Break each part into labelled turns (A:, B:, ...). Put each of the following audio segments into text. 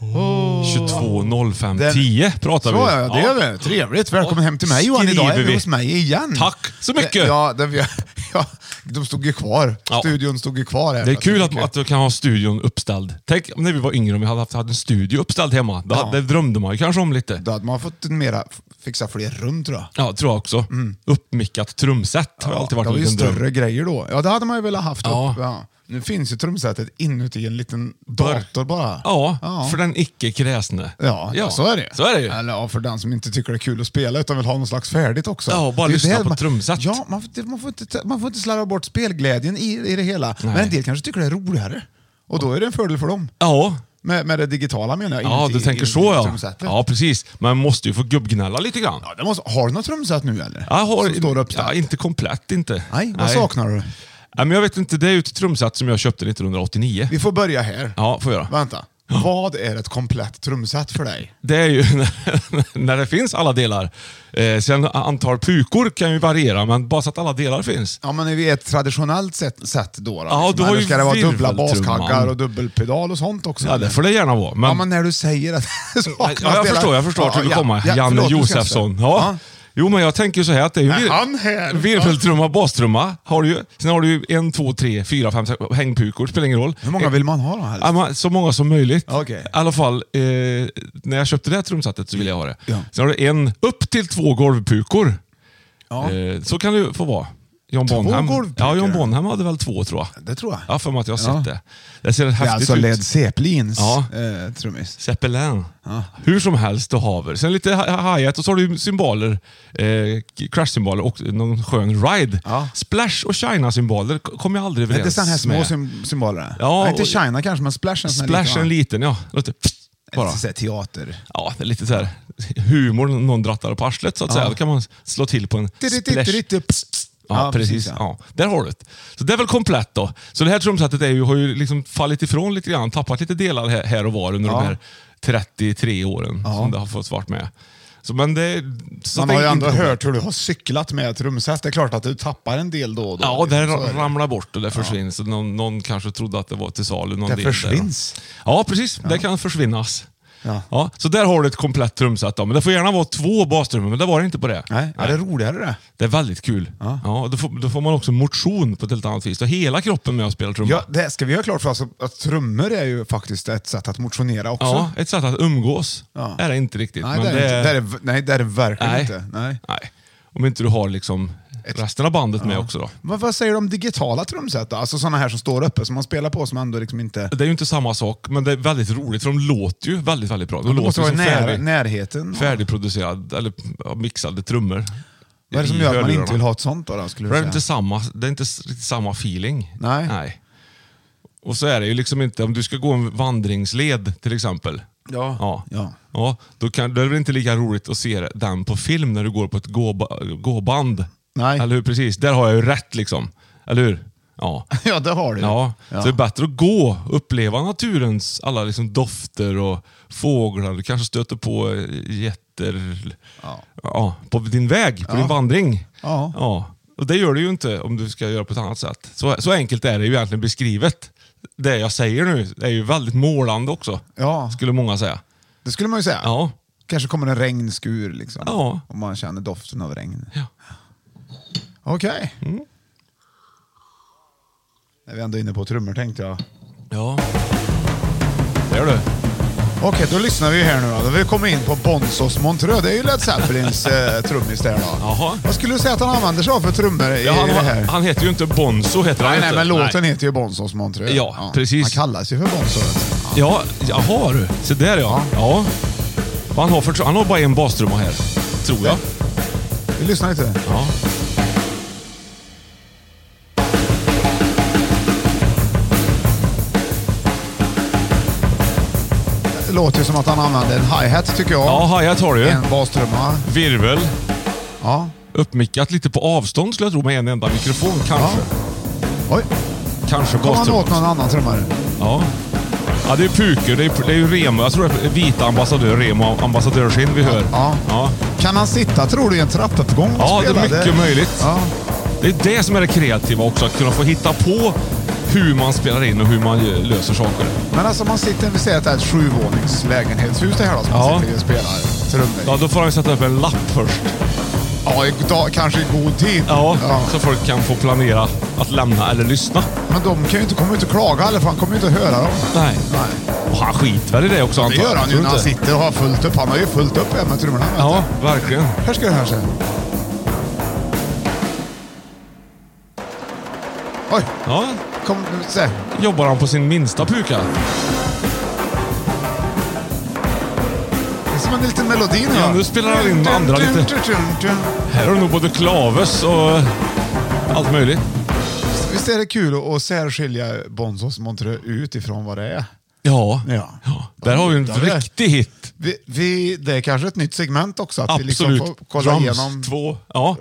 A: 22.05.10 pratar vi.
B: Så ja, det gör vi. Trevligt. Välkommen hem till mig Johan. Idag är
A: Skriver
B: vi
A: vi.
B: hos mig igen.
A: Tack så mycket.
B: Ja, den, ja, de stod ju kvar.
A: Ja.
B: Studion stod ju kvar här. Alltså,
A: Det är kul att, att du kan ha studion uppställd. Tänk om när vi var yngre om vi hade haft hade en studio uppställd hemma. Det,
B: Ja.
A: det drömde man ju kanske om lite.
B: Då hade man fått en mera, fixa fler rum tror jag.
A: Ja, tror jag också.
B: Mm.
A: Uppmickat trumset har alltid varit
B: det
A: en
B: var ju
A: liten
B: större
A: dröm.
B: grejer då. Ja, det hade man ju velat haft.
A: Ja.
B: Upp, ja. Nu finns ju trumsetet inuti en liten
A: Dörr.
B: dator bara.
A: Ja,
B: ja.
A: för den icke kräsne.
B: Ja, ja, så är det
A: Så är det ju.
B: Eller ja, för den som inte tycker det är kul att spela utan vill ha något slags färdigt också.
A: Ja, bara
B: Det är
A: lyssna
B: där
A: på
B: man-
A: trumset.
B: Ja, man, får inte- man, får inte, man får inte slarva bort spelglädjen i, i det hela.
A: Nej.
B: Men en del kanske tycker det är roligare. Och då är det en fördel för dem.
A: Ja.
B: Med, med det digitala menar jag.
A: Ja,
B: inuti-
A: du tänker
B: inuti
A: så ja.
B: trumsetet.
A: Ja, precis. Men man måste ju få gubbgnälla lite grann.
B: Ja, det måste, har du något trumset nu eller?
A: Jag har,
B: Som står uppställt?
A: ja, inte komplett inte.
B: Nej, vad saknar du?
A: Nej, men jag vet inte. Det är ju ett trumset som jag köpte 1989.
B: Vi får börja här.
A: Ja, får jag göra.
B: Vänta. Vad är ett komplett trumset för dig?
A: Det är ju när, när det finns alla delar. Eh, sen antal pukor kan ju variera, men bara så att alla delar finns.
B: Ja, men i ett traditionellt sätt, sätt då? då
A: Ja,
B: liksom.
A: du har
B: Eller
A: ju
B: ska det vara dubbla
A: virveltrumman.
B: baskaggar och dubbelpedal och sånt också?
A: Ja,
B: eller?
A: det får det gärna vara. Men,
B: Ja, men när du säger att det
A: ja,
B: saknas
A: jag
B: delar-
A: förstår, jag förstår att du vill
B: ja,
A: komma.
B: ja,
A: Janne
B: förlåt, du ska
A: Josefsson.
B: inte.
A: Ja. Jo, men jag tänker så här att det är ju
B: Är
A: vir-
B: han här?
A: virveltrumma, bastrumma. Har du, ju- sen har du ju en, två, tre, fyra, fem, sex, hängpukor. Spelar ingen roll.
B: Hur många vill man ha då helst?
A: Ja, men Så många som möjligt.
B: Okej.
A: I alla fall, eh, när jag köpte det här trumsetet så ville jag ha det.
B: Ja.
A: Sen har du en, upp till två golvpukor.
B: Ja.
A: Eh, så kan det ju få vara. John
B: Två
A: Bonham.
B: golvpukor?
A: Ja, John Bonham hade väl två tror jag.
B: Det tror jag.
A: Ja, för mig att jag har
B: Ja.
A: sett det. Det ser
B: det är
A: häftigt
B: alltså
A: ut.
B: Led Zeppelins
A: Ja.
B: eh, trummis.
A: Zeppelin. Hur som helst och haver. Sen lite hi- hi-hat och så har du ju cymbaler, eh, crash-cymbaler och någon skön ride.
B: Ja.
A: Splash och China-cymbaler k- kom jag aldrig
B: Det är
A: överens
B: inte sådana här små
A: med.
B: sym- symboler?
A: Ja,
B: Nej, inte
A: och-
B: China kanske, men Splash är en sån här
A: Splash en
B: liten,
A: liten, ja. Låter pst,
B: va?
A: bara.
B: Ett sånt här teater.
A: Ja, det är lite så här humor, någon drattar på arslet så att säga. Då kan man slå till på en splash. Ja, precis. Ja, där har du det. Så det är väl komplett då. Så det här trumsetet är ju, har ju liksom fallit ifrån lite grann, tappat lite delar här, här och var under
B: Ja.
A: de här 33 åren som det har fått vart med. Så, men det, så
B: Man
A: det är
B: har ju
A: inte
B: ändå
A: komplett.
B: hört hur du har cyklat med ett trumset. Det är klart att du tappar en del då och då.
A: Ja, det
B: liksom, så är det.
A: ramlar bort och det försvinner. Så någon, någon kanske trodde att det var till salu. Någon
B: Det
A: del där.
B: försvinns.
A: Ja, precis. Det kan försvinnas.
B: Ja.
A: Ja. så där har du ett komplett trumset. Då. Men det får gärna vara två bastrummor, men det var det inte på det.
B: Nej, är det roligare det?
A: Det är väldigt kul. Ja. då, får, då får man också motion på ett helt annat vis. Då är hela kroppen med och spelar trumma.
B: Ja, det ska vi göra klart för oss att, att trummor är ju faktiskt ett sätt att motionera också.
A: Ja, ett sätt att umgås
B: Ja.
A: är det inte riktigt.
B: Nej,
A: men
B: det är, inte, det är, det- nej, det är det verkligen
A: nej,
B: inte. Nej.
A: nej. Om inte du har liksom resten av bandet med också då.
B: Vad, vad säger du om digitala trumset då? Alltså sådana här som står uppe, som man spelar på som ändå liksom inte...
A: Det är ju inte samma sak, men det är väldigt roligt för de låter ju väldigt, väldigt bra. De
B: Det
A: låter
B: måste vara
A: som
B: i när,
A: färdig,
B: närheten.
A: färdigproducerad eller ja, mixade trummor.
B: Vad är det som
A: i
B: gör att man
A: hörlurarna.
B: inte vill ha ett sånt då? då skulle
A: För det
B: du
A: är inte
B: säga?
A: samma, det är inte s- riktigt samma feeling.
B: Nej.
A: Och så är det ju liksom inte, om du ska gå en vandringsled till exempel.
B: Ja.
A: Ja.
B: Ja.
A: ja då, kan, då är det väl inte lika roligt att se den på film när du går på ett gåba, gåband.
B: Nej.
A: Eller hur? Precis. Där har jag ju rätt liksom. Eller hur? Ja.
B: Ja, det har du.
A: Ja, så det är bättre att gå, uppleva naturens alla liksom dofter och fåglar. Du kanske stöter på eh, getter ja. på din väg, på din vandring.
B: Ja.
A: Och det gör du ju inte om du ska göra på ett annat sätt. Så, så enkelt är det ju egentligen beskrivet. Det jag säger nu är ju väldigt målande också,
B: Ja.
A: skulle många säga.
B: Det skulle man ju säga.
A: Ja.
B: Kanske kommer en regnskur liksom.
A: Ja.
B: Om man känner doften av regn.
A: Ja.
B: Okej.
A: Mm.
B: Är vi ändå inne på trummor tänkte jag.
A: Ja. Det gör du.
B: Okej, då lyssnar vi här nu då. Då har vi kommit in på Bonzos Montreux. Det är ju Led Zeppelins eh, trummis där då.
A: Jaha.
B: Vad skulle du säga att han använder sig av för trummor i,
A: Ja, han,
B: i det här?
A: han heter ju inte Bonzo. Heter han
B: nej, nej,
A: inte.
B: men låten heter ju Bonzos Montreux.
A: Ja, precis.
B: Han kallas ju för Bonzo. vet du.
A: Ja, jaha du. Se där ja. ja. Han, har för, han har bara en bastrumma här, tror jag.
B: Vi lyssnar lite.
A: Ja.
B: Det låter ju som att han använder en hi-hat tycker jag.
A: Ja, hi-hat har du ju.
B: En bastrumma.
A: Virvel.
B: Ja.
A: Uppmickat lite på avstånd skulle jag tro med en enda mikrofon kanske.
B: Oj,
A: Kanske
B: kom han
A: bastrumma.
B: åt någon annan trummare?
A: Ja. ja, det är Puker. Det är, det är ju Remo. Jag tror det är vita ambassadör, Remo ambassadörskinn vi hör.
B: Ja.
A: ja.
B: Kan han sitta, tror du, i en trappuppgång och
A: Ja, det
B: spela?
A: är mycket möjligt.
B: Ja.
A: Det är det som är det kreativa också. Att kunna få hitta på hur man spelar in och hur man eh, löser saker.
B: Men alltså man sitter, vi säger att det är ett sjuvåningslägenhetshus det här då, som
A: Ja.
B: man sitter i och spelar trummor i.
A: Ja, då får han ju sätta upp en lapp först.
B: Ja, i dag, kanske i god tid.
A: Ja,
B: Ja.
A: så folk kan få planera att lämna eller lyssna.
B: Men de kan ju inte komma ut och klaga heller, för han kommer ju inte att höra dem.
A: Nej.
B: Nej.
A: Och han skiter väl i det också
B: Det
A: antar jag.
B: gör han ju
A: Tror
B: när
A: du
B: han
A: inte?
B: sitter och har fullt upp. Han har ju fullt upp här med trummorna. vet
A: Ja, verkligen.
B: du. Här ska det här sen. Oj,
A: Ja,
B: kom, se.
A: jobbar han på sin minsta puka.
B: Det är som en liten melodi nu.
A: Ja,
B: va?
A: nu spelar han in med andra lite. Här har du nog både klaves och allt möjligt.
B: Visst är det kul att- att särskilja Bonzos Montreux ut ifrån vad det är?
A: Ja.
B: Ja.
A: Där har vi en
B: Ja, det-
A: riktig hit.
B: Vi, vi, det är kanske ett nytt segment också, att vi liksom
A: Absolut.
B: får kolla
A: Drums
B: igenom.
A: två. Ja.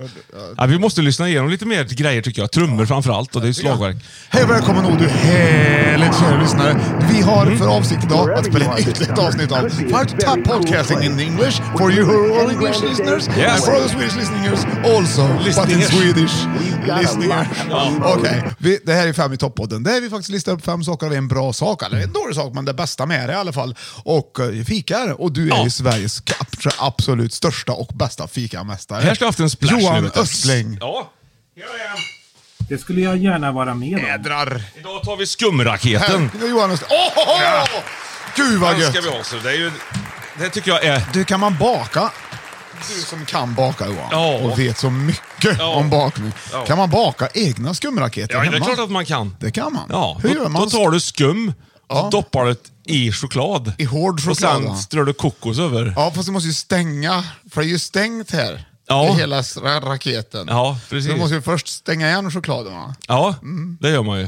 A: ja. Vi måste lyssna igenom lite mer grejer tycker jag. Trummor framför allt och det är ju slagverk.
B: Hej och välkommen Odu, härligt kära lyssnare. Vi har
A: Mm.
B: för avsikt idag att spela in ytterligare ett avsnitt av Five Tap Podcasting in English for you who are English listeners
A: Yes.
B: and for the Swedish listeners also, but in
A: Listeners.
B: Swedish. Listeners. Okej, vi- det här är Fem i topp-podden. Där vi faktiskt listar upp fem saker av en bra sak, eller en dålig sak, men det bästa med det i alla fall. Och eh, fikar. Och du är ju Sveriges kanske absolut största och bästa fikamästare.
A: Här ska jag haft en splash nu,
B: Johan
A: vet du.
B: Östling.
A: Ja. Här är jag.
C: Det skulle jag gärna vara med om.
B: Jädrar.
A: Idag tar vi skumraketen.
B: Här, Johan Östling. Åh! Oh, Gud vad
A: Den ska
B: gött!
A: vi ha så det är ju... Det tycker jag är...
B: Du, kan man baka? Du som kan baka Johan
A: Ja.
B: och vet så mycket
A: Ja.
B: om bakning.
A: Ja.
B: Kan man baka egna skumraketer
A: Ja, det är
B: hemma?
A: klart att man kan.
B: Det kan man.
A: Ja,
B: Hur
A: då,
B: gör man?
A: då tar du skum,
B: Ja.
A: så doppar du det i choklad.
B: I hård choklad,
A: Och
B: va?
A: sen strör du kokos över.
B: Ja, fast du måste ju stänga, för det är ju stängt här.
A: Ja.
B: I hela s- ra- raketen.
A: Ja, precis.
B: Så Du måste ju Mm. först stänga igen chokladen va?
A: Ja, det gör man ju.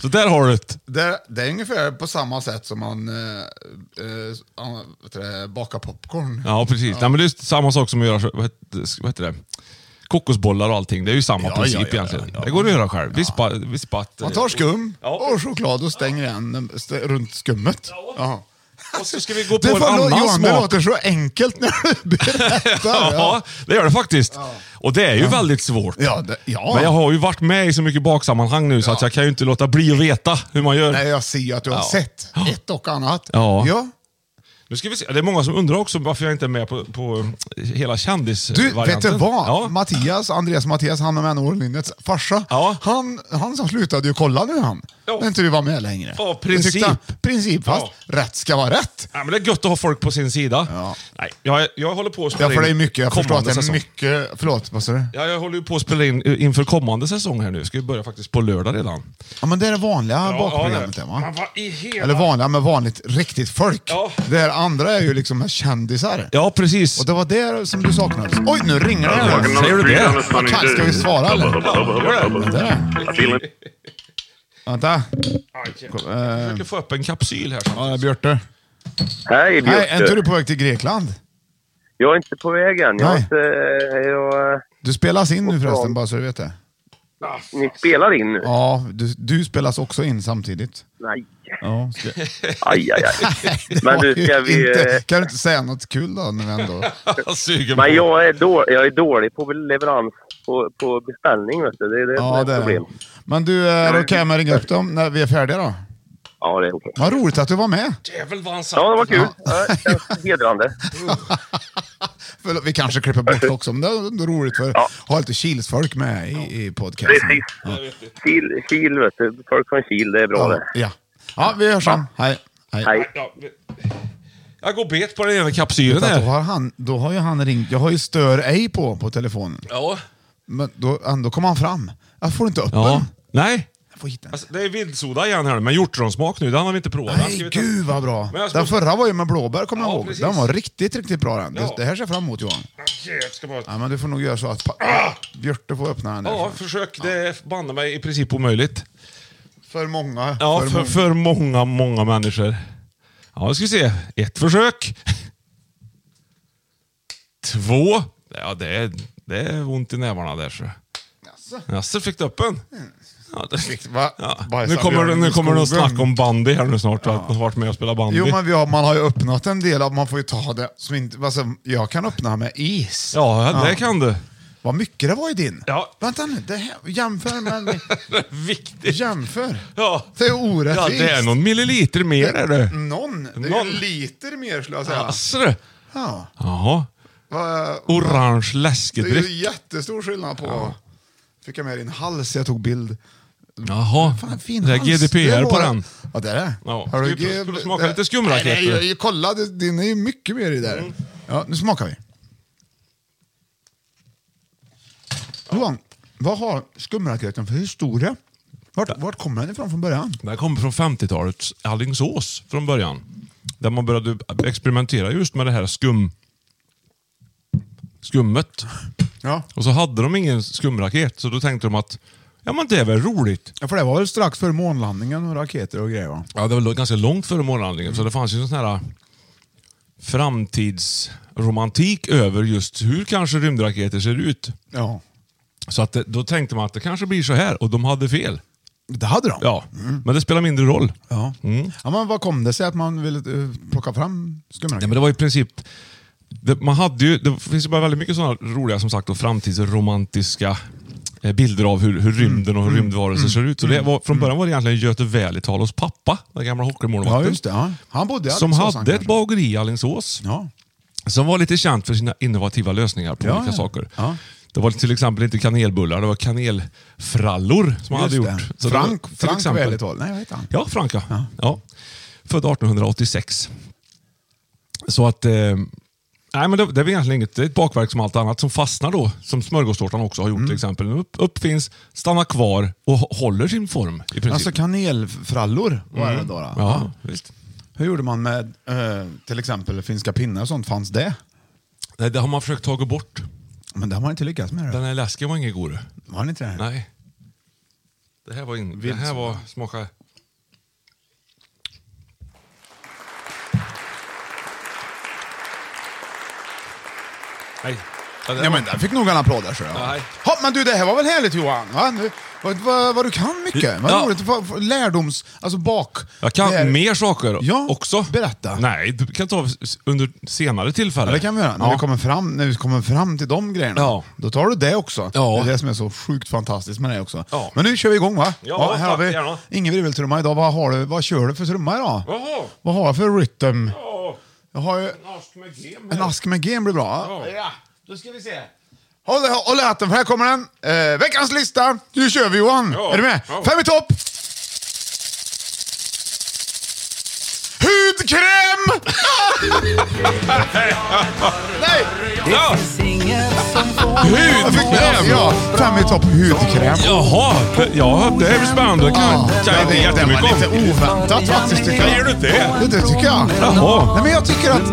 A: Så där har du det.
B: Det, det är ungefär på samma sätt som man eh, eh, an- vet du det, bakar popcorn.
A: Ja, precis. Nej, men det är just samma sak som att göra så- vad heter, vad heter det? kokosbollar och allting. Det är ju samma
B: Ja,
A: princip
B: ja, ja,
A: egentligen.
B: ja, ja.
A: Det går att göra själv. Vispa, vispa att,
B: Man tar skum
A: Ja.
B: och choklad och stänger igen den- st- runt skummet.
A: Ja.
B: Ja.
A: Och så ska vi gå på
B: Det
A: en
B: var,
A: annan
B: Johan, det
A: smak.
B: låter så enkelt när du berättar.
A: Ja, det gör det faktiskt. Och det är ju väldigt svårt.
B: Ja, det, ja.
A: Men jag har ju varit med i så mycket baksammanhang nu så att jag kan ju inte låta bli att veta hur man gör.
B: Nej, jag ser ju att du har
A: Ja.
B: sett ett och annat.
A: Ja. Nu ska vi se. Det är många som undrar också varför jag inte är med på, på eh, hela
B: Du,
A: kändisvarianten.
B: vet du vad?
A: Ja.
B: Mattias, Andreas Mattias, han med Norlinjets farsa,
A: Ja.
B: han, han som slutade ju kolla nu han.
A: Ja.
B: När inte du var med längre.
A: Ja,
B: Jag tyckte
A: princip.
B: han- princip, fast rätt ska vara rätt.
A: Ja, men det är gött att ha folk på sin sida.
B: Ja.
A: Nej, jag, jag håller på att spela
B: Ja, för det är
A: in
B: mycket, jag förstår att
A: kommande
B: det är
A: säsong.
B: mycket... Förlåt, vad sa du?
A: Ja, jag håller ju på att spela in eh, inför kommande säsong här nu. Ska vi börja faktiskt på lördag redan.
B: Ja, men det är det vanliga bakprogrammet
A: det
B: där
A: är-
B: va?
A: Men vad i hela-
B: Eller vanliga med vanligt riktigt folk.
A: Ja.
B: Det här andra är ju liksom med kändisar.
A: Ja, precis.
B: Och det var det som du saknades. Oj, nu ringer det här.
A: Säger du det?
B: Tack, ska vi svara eller?
A: Ja, gör det.
B: Där. Vänta.
A: Jag försöker få upp en kapsyl här.
B: Ja, det är Björte.
D: Hej
B: Nej, är inte
D: Björte.
B: du på väg till Grekland?
D: Jag är inte på vägen. Jag, är
B: Nej.
D: inte, eh, jag,
B: Du spelas in nu
D: Och
B: förresten,
D: från-
B: bara så du vet det.
D: Ni spelar in nu?
B: Ja, du, du spelas också in samtidigt.
D: Nej.
B: Ja, ska...
D: Aj, aj, aj.
B: Det
D: Men
B: var
D: du,
B: ju
D: ska vi... eh,
B: inte, kan du inte säga något kul då? Nu ändå?
A: Han suger
D: Men
A: på.
D: jag är, då, jag är dålig på leverans på, på beställning, vet du. Det är det som
B: Ja,
D: är
B: det
D: ett
B: är
D: problem.
B: det. Men du, är det okej om jag ringer upp dem när vi är färdiga då?
D: Ja, det är okej.
B: Vad roligt att du var med.
A: Jävel vad han satt.
D: Ja, det var kul. Ja, det känns hedrande.
B: Förlåt, Vi kanske klipper bort också, men det är ändå roligt för att ha lite Kilsfolk med i, i podcasten.
D: Precis. Kil, kil, vet du. Folk från Kil, det är bra
B: Ja,
D: det.
B: ja. ja, vi hörs sen. Hej. Hej.
D: Hej.
A: Ja, vi- jag går bet på den ena kapsylen
B: Då
A: här.
B: har, han, då har ju han ringt. Jag har ju stör ej på på telefonen.
A: Ja.
B: Men då, ändå kom han fram. Jag får inte upp
A: ja.
B: den.
A: Nej.
B: Jag får hit den.
A: Alltså, det är vildsoda igen här med hjortronsmak nu. Den har vi inte provat. Den ska
B: Nej,
A: vi ta-
B: gud vad bra.
A: Men jag ska-
B: Den förra var ju med blåbär kommer jag
A: Ja,
B: ihåg.
A: precis.
B: Den var riktigt, riktigt bra den. Det,
A: Ja.
B: det här ser jag fram emot Johan.
A: Jag ska bara...
B: Ja, men du får nog göra så att pa- Björte får öppna den där.
A: Ah! Ja, försök. Det är banne mig i princip omöjligt.
B: För många.
A: Ja, för, för, många,
B: många.
A: många människor. Ja, nu ska vi se. Ett försök. Två. Ja, det är, det är ont i nävarna där. Så.
B: Jaså?
A: Jaså, fick du upp en? Ja, det,
B: Va?
A: ja.
B: Bajsar
A: Nu kommer, det-
B: björnen
A: nu
B: i
A: kommer det att
B: skogen.
A: snacka om bandy här nu snart. Att man har varit med och spelat bandy.
B: Jo, men vi har, man har ju öppnat en del av, man får ju ta det som inte... Alltså, jag kan öppna med is.
A: Ja, det kan du.
B: Vad mycket det var i din.
A: Ja.
B: Vänta nu, det här, jämför med...
A: Viktigt.
B: jämför.
A: Ja.
B: Det är orättvist. Mm.
A: Ja, det är någon milliliter mer är det.
B: Någon. Det är
A: Någon.
B: ju liter mer skulle jag säga.
A: Jaså du.
B: Ja.
A: Jaha.
B: Va-
A: Orange
B: Det är
A: läskedryck.
B: ju jättestor skillnad på... Fick jag med din hals, jag tog bild.
A: Jaha.
B: Fan, fin
A: det är
B: hals. Det
A: GDPR på
B: var-
A: den.
B: Ja, det är det.
A: Ja.
B: Har
A: Ska vi-
B: G-
A: ska vi smaka lite skumraketer?
B: Nej, nej, jag- kolla. det- Din är ju mycket mer i där.
A: Mm.
B: Ja, nu smakar vi. Johan, vad har skumraketen för historia? Vart, vart kommer den ifrån från början?
A: Det här kommer från 50-talets Alingsås från början. Där man började experimentera just med det här skum... skummet.
B: Ja.
A: Och så hade de ingen skumraket, så då tänkte de att ja, men det är väl roligt.
B: ja, för det var väl strax före månlandningen och raketer och grejer va?
A: Ja, det var ganska långt före månlandningen, så det fanns ju en sån här äh, framtidsromantik över just hur kanske rymdraketer ser ut.
B: Ja.
A: Så att det, då tänkte man att det kanske blir så här, och de hade fel.
B: Det hade de?
A: Ja, Mm. men det spelar mindre roll.
B: Ja. ja men vad kom det sig att man ville eh, plocka fram
A: Ja,
B: skumraketer?
A: men det var i princip... Det, man hade ju, det finns ju bara väldigt mycket sådana roliga, som sagt, och framtidsromantiska eh, bilder av hur, hur rymden
B: Mm.
A: och hur rymdvarelser ser ut. Så det var, från början var det egentligen Göte Välitalos pappa, den gamla
B: Ja,
A: hockeymålvakten,
B: just det. Ja. Han bodde i
A: som
B: Alingsås, han
A: hade ett
B: kanske.
A: bageri i Alingsås.
B: Ja.
A: Som var lite känt för sina innovativa lösningar på
B: Ja,
A: olika
B: ja.
A: saker.
B: Ja.
A: Det var till exempel inte kanelbullar, det var kanelfrallor som han hade
B: Just
A: gjort.
B: det.
A: Så det var-
B: Frank,
A: till
B: Frank
A: exempel-
B: Välital. Nej, vad heter han?
A: Ja, Franka. Ja. Född 1886. Så att... Eh, nej, men det, det är väl egentligen inget. Det är ett bakverk som allt annat som fastnar då. Som smörgåstårtan också har gjort till exempel. Den upp, uppfinns, stannar kvar och hå- håller sin form i princip. Mm.
B: Alltså kanelfrallor var det då. då.
A: ja, visst.
B: Hur gjorde man med eh, till exempel finska pinnar och sånt? Fanns det?
A: Det, det har man försökt ta bort.
B: Men det har man inte lyckats med.
A: Den
B: Det.
A: här läsken var ingen god.
B: Var det inte det?
A: Nej. Det här var, in, det
B: Vild
A: här var smaka... Nej. Ja, det var-
B: Ja, men där fick nog en applåd där, tror jag.
A: Nej.
B: Ha, men du, det här var väl härligt Johan? Va? Nu, vad, vad, vad du kan mycket. Vad
A: Ja.
B: roligt. Vad- vad- Lärdoms... Alltså bak...
A: Jag kan
B: det här-
A: mer saker
B: Ja,
A: också.
B: berätta.
A: Nej, du kan ta under senare tillfällen.
B: Ja, det kan vi göra. När, vi kommer fram, när vi kommer fram till de grejerna,
A: Ja.
B: då tar du det också.
A: Ja.
B: Det är det som är så sjukt fantastiskt med det också.
A: Ja.
B: Men nu kör vi igång va?
A: Ja,
B: här har
A: tack,
B: vi
A: gärna.
B: ingen virveltrumma idag. Vad, har du, vad kör du för trumma idag?
A: Jaha.
B: Vad har jag för rytm?
A: Ja,
B: Jag har ju
A: en ask med gem här.
B: en ask med gen blir bra. va?
A: Ja.
B: då ska vi se. Håll, håll i hatten för här kommer den. Eh, veckans lista. Nu kör vi Johan.
A: Ja.
B: Är du med?
A: Ja.
B: Fem i topp. Hudkräm! Nej!
A: Ja.
B: Jag fick
A: Hudkräm!
B: med- Ja, fem i topp hudkräm.
A: Jaha, ja, det är väl spännande. Det kan jag kan jag inte
B: det var
A: jättemycket
B: lite
A: om.
B: oväntat faktiskt tycker jag.
A: Säger du det?
B: Det tycker jag.
A: Jaha.
B: Nej, men jag tycker att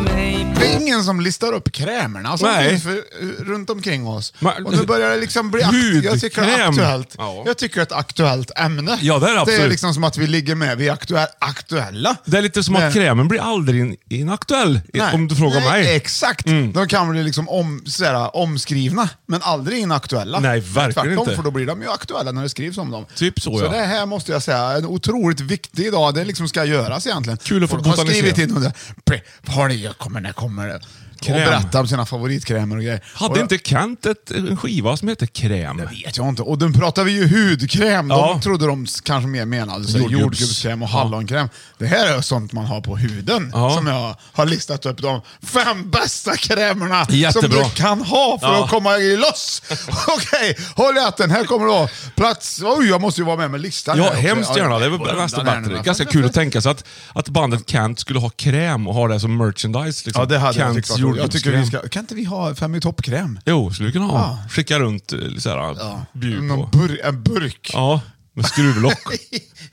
B: Det är ingen som listar upp krämerna som
A: Nej.
B: finns för, eh, runt omkring oss.
A: Men-
B: och nu börjar det liksom bli aktuellt. Jag tycker det är
A: Hudkräm.
B: aktuellt.
A: Ja.
B: Jag tycker det är ett aktuellt ämne.
A: Ja, det är det
B: Det är
A: absolut.
B: liksom som att vi ligger med, vi är aktuella. aktuella.
A: Det är lite som
B: Men-
A: att krämen blir aldrig in, inaktuell, i-
B: Nej.
A: om du frågar
B: Nej,
A: mig. Mm.
B: Exakt. De kan bli liksom om, sådär, omskrivna, men aldrig inaktuella.
A: Nej, verkligen
B: Tvärtom,
A: inte.
B: för då blir de ju aktuella när det skrivs om dem.
A: Typ så,
B: Så
A: ja.
B: det här måste jag säga är en otroligt viktig idag. Det liksom ska göras egentligen.
A: Kul att få
B: Folk har
A: botanisera.
B: skrivit in och det. "Pre, Har ni, jag kommer, när kommer det?
A: Kräm.
B: Och berätta om sina favoritkrämer och grejer. och
A: Hade
B: jag-
A: inte Kent ett, en skiva som heter Kräm?
B: Det vet jag inte. Och den pratar vi ju hudkräm. De
A: Ja.
B: trodde de s- kanske mer menade så här
A: Jordgubbs-
B: jordgubbskräm och
A: Ja.
B: hallonkräm. Det här är sånt man har på huden.
A: Ja.
B: Som jag har listat upp de fem bästa krämerna som
A: Jättebra.
B: du kan ha för
A: Ja.
B: att komma loss. Okej, håll i hatten. Här kommer då plats... Oj, jag måste ju vara med med listan.
A: Ja,
B: här också.
A: hemskt
B: Ja,
A: gärna. Det är
B: jag
A: väl
B: går
A: nästan
B: undan här nu,
A: bättre.
B: va?
A: Ganska kul att tänka sig att, att bandet Kent skulle ha kräm och ha det som merchandise. Liksom.
B: Ja, det hade jag
A: Kents
B: tyckt. var kul. Jag tycker vi
A: jordgubbskräm.
B: ska... Kan inte vi ha fem i topp-kräm?
A: Jo, skulle vi kunna ha.
B: Ja.
A: Skicka runt eh, så här,
B: Ja.
A: bjud
B: Någon
A: på.
B: bur- en burk.
A: Ja, med skruvlock.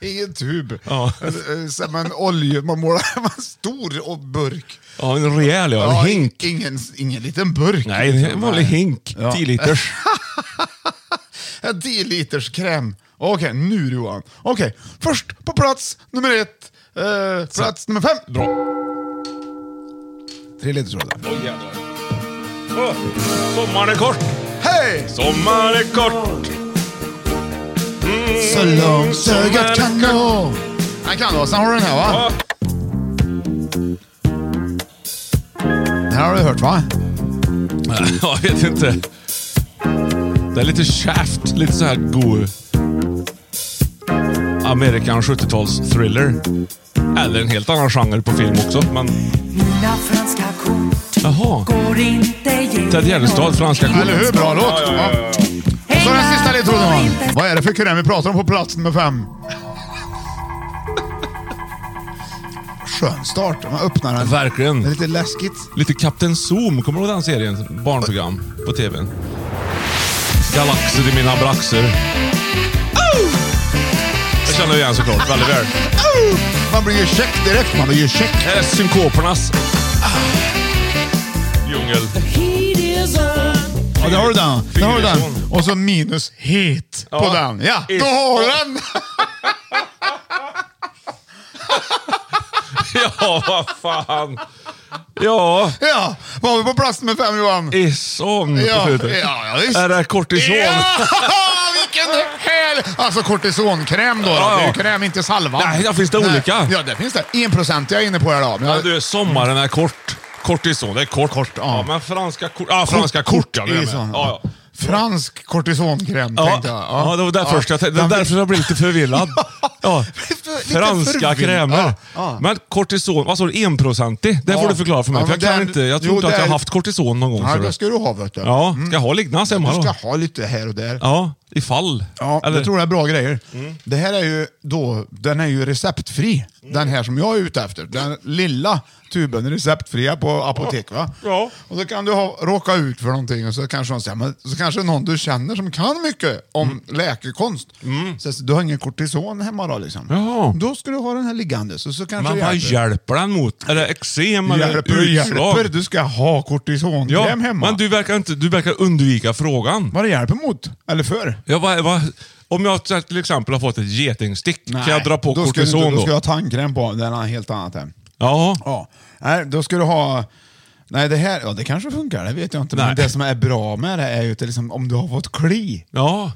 B: I en tub.
A: Ja.
B: En, eh, Som en olje, man målar en stor och burk.
A: Ja, en rejäl ja. En
B: Ja,
A: hink.
B: Ingen, ingen liten burk. liksom.
A: Nej, en vanlig hink. 10
B: Ja.
A: liters.
B: En 10 liters kräm. Okej, nu Johan. Okej, först på plats nummer ett. Eh, plats nummer fem.
A: Bra.
B: Tre liters roller.
A: Åh, jävlar. Åh, Sommaren är kort.
B: Hej!
A: Sommaren är kort.
B: Så långt ögat kan nå. Han kan då. Sen har du den här va?
A: Ja.
B: Den här har du hört va?
A: Jag vet inte. Det är lite shaft. Lite så här god... Amerikan 70-tals-thriller. Eller en helt annan genre på film också. Men... Jaha. Ted Gärdestad, Franska kor.
B: Eller hur? Bra låt. Ja. Och så den sista ledtråden va? Vad är det för kräm vi pratar om på plats nummer fem? Skön start. Man öppnar den.
A: Verkligen.
B: Det är lite läskigt.
A: Lite Kapten Zoom, kommer du ihåg den serien? Barnprogram på TVn. Galaxer i mina braxer. Det känner jag igen såklart, väldigt väl.
B: Man blir ju check direkt. Man blir ju check.
A: Här är synkopernas djungel.
B: Ja, där har du den. Där har du den.
A: Fingerson.
B: Och så minus hit på
A: Ja.
B: den. Ja,
A: Is-
B: då har du den!
A: Ja, vad fan. Ja,
B: Ja, vad har vi på plats nummer fem Johan?
A: Ison
B: Ja,
A: på slutet.
B: ja, ja, visst.
A: Är det kortison?
B: Ja, vilken härlig... Alltså kortisonkräm då.
A: Ja,
B: då. Det är
A: ja.
B: ju kräm, inte salva.
A: Nej, ja, finns det olika?
B: Ja, det finns det. Enprocentiga är jag inne på här då. Men
A: Ja,
B: jag-
A: du, sommaren är kort. Kortison, det är kort. kort
B: ja.
A: men franska kort. Ja, franska kort, ja. nu är jag med.
B: Kortison,
A: ja, ja.
B: Fransk kortisonkräm tänkte jag.
A: Ja, det var där först jag tänkte. Det
B: Den-
A: var därför jag blev lite förvirrad. ja.
B: Lite
A: Franska
B: förvirrad.
A: krämer.
B: Ja, ja.
A: Men kortison, vad sa du? Enprocentig? Det
B: Ja.
A: får du förklara för mig.
B: Ja,
A: för
B: men
A: jag, kan
B: där-
A: inte, jag tror
B: jo,
A: inte att jag
B: där-
A: har haft kortison någon gång.
B: Ja,
A: tror jag.
B: det ska du ha vet du. Mm.
A: Ja, ska jag ha liggnas hemma
B: Du
A: då?
B: ska ha lite här och där.
A: Ja, i fall.
B: Ja,
A: Eller- Mm.
B: jag tror det är bra grejer. Det här är ju då, den är ju receptfri. Den här som jag är ute efter. Den lilla tuben är receptfria på apotek va?
A: Ja.
B: Och då kan du ha, råka ut för någonting och så kanske, någon säger, men, så kanske någon du känner som kan mycket om
A: Mm.
B: läkekonst. Så, att du har ingen kortison hemma då liksom.
A: Jaha.
B: Då ska du ha den här liggandes och så kanske
A: Men
B: det
A: vad
B: hjälper.
A: hjälper den mot? Är det eksem eller
B: Hjälper,
A: utslag?
B: hjälper. Du ska ha
A: Ja,
B: kortisonkräm hemma.
A: men du verkar, inte, du verkar undvika frågan.
B: Vad det hjälper mot, eller för.
A: Ja, vad, vad, om jag till exempel har fått ett getingstick, kan jag dra på
B: då ska
A: kortison
B: du, Då
A: då?
B: ska du ha tandkräm på, den har helt annat här.
A: Ja.
B: Ja. Nej, då ska du ha... Nej, det här ja, det kanske funkar, det vet jag inte. Men
A: Nej.
B: det som är bra med det är ju att det liksom, om du har fått kli.
A: Ja.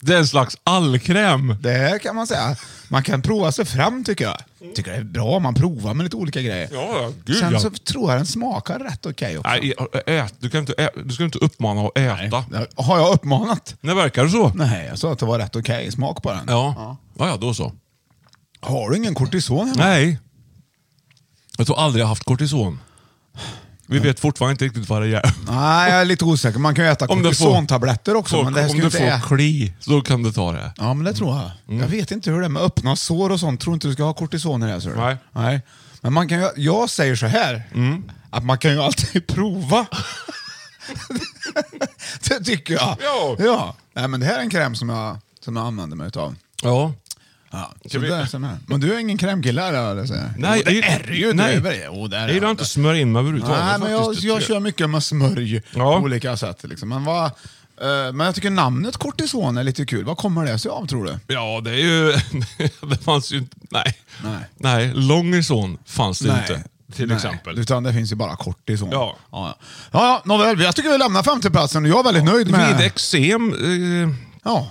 A: Det är en slags allkräm.
B: Det här kan man säga. Man kan prova sig fram tycker jag. tycker det är bra, man provar med lite olika grejer.
A: Ja, ja, gud,
B: Sen
A: ja.
B: så tror jag den smakar rätt okej också.
A: Nej, ä- ät. Du, kan inte ä- du ska inte uppmana att äta. Nej.
B: Har jag uppmanat?
A: verkar det så?
B: Nej, jag sa att det var rätt okej smak på den.
A: Ja. Ja. ja, då så.
B: Har du ingen kortison hemma?
A: Nej. Jag tror aldrig jag haft kortison. Vi vet fortfarande inte riktigt vad det är.
B: Nej, jag är lite osäker. Man kan ju äta
A: Om du får-
B: kortisontabletter också,
A: Folk,
B: men det här
A: om
B: ska ju
A: du
B: inte
A: får
B: äta.
A: kli, så kan du ta det.
B: Ja, men det tror jag.
A: Mm.
B: Jag vet inte hur det är med öppna sår och sånt. Tror inte du ska ha kortison i det här. ser du.
A: Nej. Mm.
B: Nej. Men man kan ju, jag säger så här, att man kan ju alltid prova. det tycker jag.
A: Ja.
B: ja. Nej, men det här är en kräm som jag, som jag använder mig utav.
A: Ja.
B: Ja,
A: Ska
B: så
A: vi-
B: det är som är. Men du är ingen krämkille här eller? så?
A: Nej,
B: det
A: jag-
B: är du ju.
A: nej.
B: Nej. Det. Jo, det är
A: Jag gillar inte att smörja in mig överhuvudtaget.
B: Nej, men jag,
A: faktiskt.
B: jag kör mycket med smörj
A: Ja.
B: på olika sätt. Liksom. Men, vad, eh, men jag tycker namnet kortison är lite kul. Vad kommer det sig av tror du?
A: Ja, det är ju... det fanns ju inte... Nej.
B: Nej.
A: Nej, Långerson fanns det inte. Till
B: Nej.
A: exempel.
B: Utan det finns ju bara kortison.
A: Ja.
B: Ja, ja. ja nåväl. Jag tycker vi lämnar femteplatsen och jag är väldigt nöjd
A: Vid
B: med...
A: eksem, eh,
B: Ja.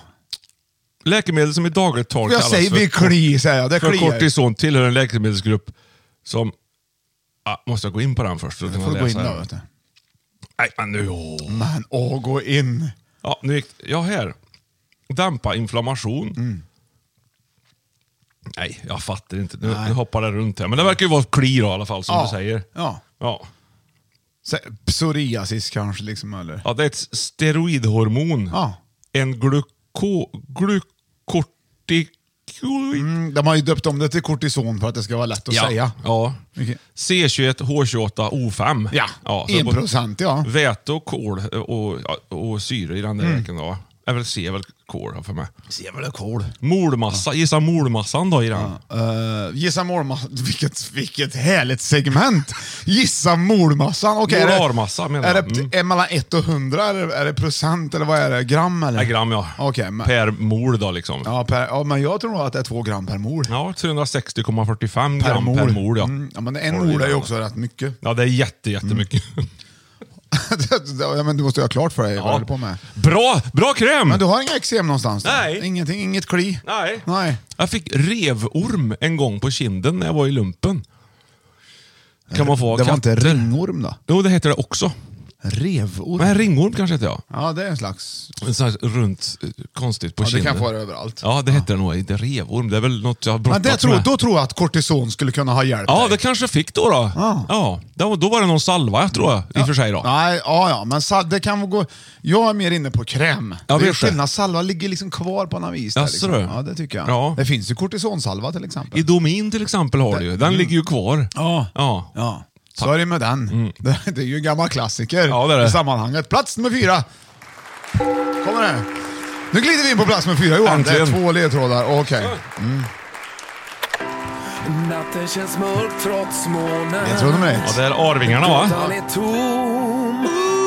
A: läkemedel som i dagligt tal
B: Jag säger vid kli, säger jag. Det
A: För
B: kliar.
A: kortison tillhör en läkemedelsgrupp som... Ah, måste jag gå in på den först? för att
B: Jag
A: kunna
B: får gå in
A: läsa
B: då.
A: den?
B: Vet du.
A: Nej, men nu... åh.
B: Men åh, gå in.
A: Ja, nu gick, ja, här. Dämpa inflammation.
B: Mm.
A: Nej, jag fattar inte. Nu, nu hoppar det runt här. Men det verkar ju vara ett kli då, i alla fall, som
B: Ja.
A: du säger.
B: Ja.
A: Ja.
B: Sä- Psoriasis kanske liksom, eller?
A: Ja, det är ett steroidhormon.
B: Ja.
A: En gluko... glukortikoid...
B: Mm, de har ju döpt om det till kortison för att det ska vara lätt att säga.
A: Ja.
B: Mycket.
A: C21, H28, O5.
B: Ja,
A: så på-
B: 1% ja.
A: Väte och kol eh, och, ja, och syre i den där
B: Mm.
A: räken då. va? Jag vill se väl kol har jag för mig.
B: Ser väl kol.
A: Molmassa, gissa molmassan då i den.
B: Uh, gissa mormassan. Vilket, vilket härligt segment! Gissa mormassan. Okay,
A: Morarmassa, menar
B: är
A: jag.
B: det,
A: Mm.
B: är mellan 1 och 100? Är det, är det procent eller vad är det? Gram eller?
A: Ja, gram ja.
B: Okej, men-
A: Per mol då liksom. Ja,
B: Ja, per, ja, men jag tror nog att det är 2 gram per mol.
A: 360,45 gram per mol ja.
B: Mm, ja men en
A: Har du
B: mol är ju
A: det?
B: också rätt mycket.
A: Ja, det är jätte, jättemycket.
B: Mm. ja, men du måste ju ha klart för dig vad du
A: Ja.
B: håller på med.
A: Bra, bra kräm!
B: Men du har inga eksem någonstans? Då?
A: Nej.
B: Ingenting, inget kli?
A: Nej.
B: Nej.
A: Jag fick revorm en gång på kinden när jag var i lumpen. Kan man få av
B: Det var inte
A: katter?
B: ringorm då?
A: Jo, det heter det också.
B: Revorm?
A: Men ringorm kanske heter jag.
B: Ja, det är en slags...
A: En sån här runt, eh, konstigt på
B: Ja, det
A: kinden.
B: kan få det överallt.
A: Ja, det heter det nog inte. Revorm, det är väl något jag har
B: Men
A: brottats
B: det tror,
A: med.
B: då tror jag att kortison skulle kunna ha hjälpt
A: Ja,
B: dig.
A: det kanske jag fick då. Då,
B: Ja.
A: ja, det var- då var det någon salva, jag tror jag, i och för sig. Då.
B: Nej, ja, ja, men sal- det kan väl gå... Jag är mer inne på kräm.
A: Jag
B: det är
A: vet det.
B: skillnad, salva ligger liksom kvar på något vis. där
A: Jaså,
B: liksom.
A: du?
B: Ja, det tycker jag.
A: Ja.
B: Det finns ju kortisonsalva till exempel.
A: Idomin till exempel har du ju. Den ligger ju kvar.
B: Mm. Ja.
A: Ja.
B: Ja. Så är det med den. Det, det är ju en gammal klassiker
A: Mm. Ja, det är det.
B: i sammanhanget. Plats nummer fyra. Kommer det. Nu glider vi in på plats nummer fyra Johan. Det
A: Äntligen.
B: är två ledtrådar. Okej.
E: Natten känns mörk trots månen.
B: Ledtråd nummer
A: ja,
B: ett.
A: det är Arvingarna va?
E: Han är tom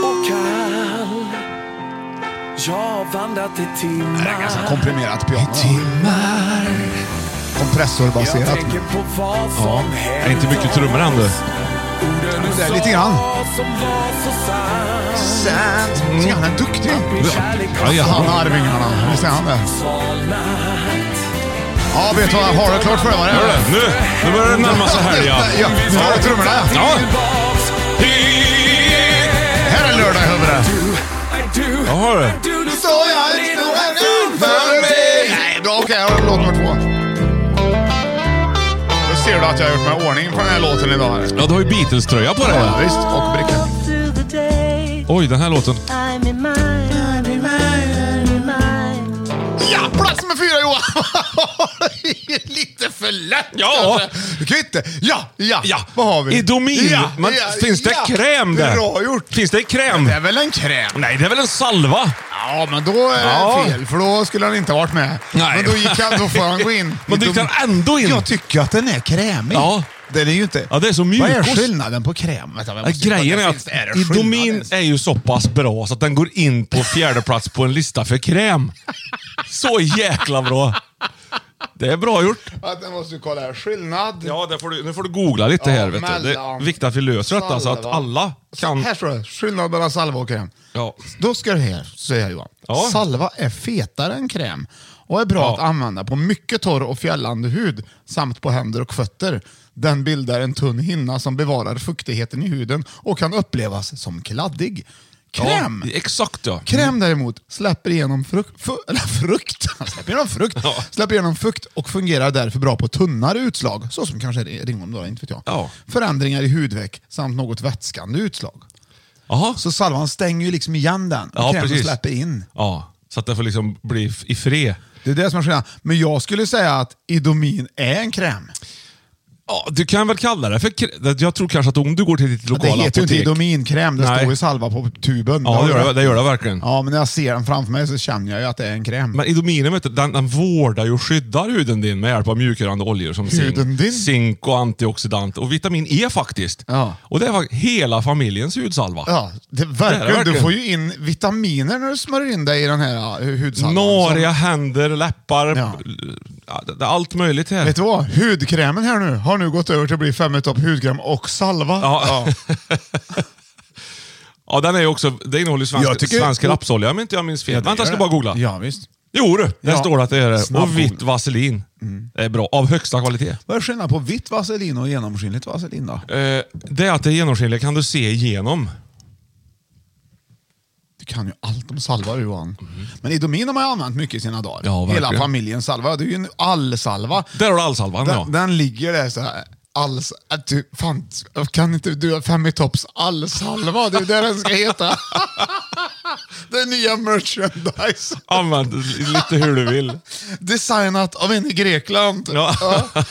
E: och kall. Jag har vandrat i
B: Det är ganska
E: timmar.
B: komprimerat piano.
E: Jag
B: Kompressorbaserat.
E: tänker på vad som
A: Ja. Det är
E: hänt.
A: inte mycket trummor ännu.
E: Orden du
B: det är
E: sa
B: lite grann.
E: som var så sant.
B: Sant. Mm. Han är duktig.
E: Min kärlek
A: Ja, ja.
B: Han har Arvingarna. Visst är han det?
E: svalnat.
B: Ja, vet du vad? Har du klart för dig vad det
A: Hör
B: är?
A: det? Nu, nu börjar det närma sig helg. Ja.
B: Ja, nu har du trummorna.
A: Ja.
E: Tillbaks.
B: Här är lördag i huvudet.
E: I do.
A: Jaha du.
E: I do. Du
B: Så jag
E: står
B: inte för mig. Nej, då- okej, okay, låt nummer två. Då ser du att jag har gjort mig i ordning på den här låten idag. här.
A: Ja, du har ju Beatles-tröja på
B: Ja,
A: dig.
B: visst. Och brickan.
A: Oj, den här låten.
B: Ja, plats nummer fyra Johan! Lite för lätt
A: Ja.
B: kanske. Du kan ju inte... Ja, ja,
A: Ja.
B: Vad har vi?
A: Idomin.
B: Ja,
A: Men,
B: ja,
A: finns det
B: ja.
A: kräm där?
B: Bra gjort!
A: Finns det kräm?
B: Det är väl en kräm?
A: Nej, det är väl en salva?
B: Ja, men då är det
A: Ja.
B: fel, för då skulle han inte ha varit med.
A: Nej.
B: Men då, gick han, då får han gå in.
A: Men då gick han ändå in.
B: Jag tycker att den är krämig.
A: Ja.
B: Den är ju inte...
A: Ja, det är så
B: Vad är
A: mjukost.
B: skillnaden på kräm? Vänta, jag
A: Ja,
B: måste
A: Grejen
B: kolla.
A: är
B: Finns
A: att
B: det- är det skillnad
A: Idomin
B: ens?
A: är ju så pass bra så att den går in på fjärde plats på en lista för kräm. Så jäkla bra! Det är bra gjort.
B: Att jag måste kolla här. Skillnad.
A: Ja, det får du, nu får du googla lite
B: Ja,
A: här. Vet du. Det är
B: mellan
A: viktigt att vi löser detta så att
B: salva.
A: alla kan...
B: Här står det. Skillnad mellan salva och kräm.
A: Ja.
B: Då ska det här, säger jag Johan.
A: Ja.
B: Salva är fetare än kräm och är bra
A: Ja.
B: att använda på mycket torr och fjällande hud samt på händer och fötter. Den bildar en tunn hinna som bevarar fuktigheten i huden och kan upplevas som kladdig. Kräm!
A: Ja, exakt ja.
B: Kräm däremot släpper igenom frukt, fu, eller frukt, släpper igenom frukt,
A: Ja.
B: släpper igenom fukt och fungerar därför bra på tunnare utslag, såsom kanske ringorm, då, inte vet jag.
A: Ja.
B: Förändringar i hudveck samt något vätskande utslag.
A: Jaha.
B: Så salvan stänger ju liksom igen den och
A: Ja,
B: krämen
A: precis.
B: släpper in.
A: Ja, så att det får liksom bli f- i fred.
B: Det är det som är skillnaden. Men jag skulle säga att Idomin är en kräm.
A: Ja, du kan väl kalla det för... kr- Jag tror kanske att om du går till ditt
B: Det
A: lokala
B: heter ju inte
A: apotek...
B: Idominkräm, det
A: Nej.
B: står ju salva på tuben.
A: Ja, det gör det, det gör det verkligen.
B: Ja, men när jag ser den framför mig så känner jag ju att det är en kräm.
A: Men Idominen vet du, den, den vårdar ju och skyddar huden din med hjälp av mjukgörande oljor som
B: Huden din?
A: zink, zink och antioxidant och vitamin E faktiskt.
B: Ja.
A: Och det är fak- hela familjens hudsalva.
B: Ja, det, verkligen.
A: Det är det
B: Du
A: verkligen.
B: får ju in vitaminer när du smörjer in dig i den här ja, hudsalvan.
A: Nariga händer, läppar,
B: Ja.
A: ja, det- det är allt möjligt här.
B: Vet du vad? Hudkrämen här nu har nu gått över till att bli fem i topp hudkräm och salva.
A: Ja. Ja, den är ju också, det innehåller ju svensk,
B: Jag tycker-
A: svensk rapsolja om inte jag minns fel.
B: Ja, det
A: Vänta, jag
B: gör
A: ska bara
B: det.
A: googla.
B: Ja, visst.
A: Jo du, där
B: Ja.
A: står det att det är det.
B: Snabb
A: Och vitt
B: googla. Mm.
A: vaselin. Det är bra. Av högsta kvalitet.
B: Vad är skillnaden på vitt vaselin och genomskinligt vaselin då?
A: Eh, det är att det är genomskinligt. Kan du se igenom?
B: Du kan ju allt om salva du Johan. Men Idomin har man ju använt mycket i sina dagar.
A: Ja, verkligen.
B: Hela familjen salva. Det är ju en allsalva.
A: Där har du allsalvan
B: Den,
A: ja.
B: den ligger där så här. Alls, att du, fan, kan inte du ha fem i topps allsalva? Det är det den ska heta. den nya merchandise.
A: Använd lite hur du vill.
B: Designat av en i Grekland.
A: Ja.
B: Det-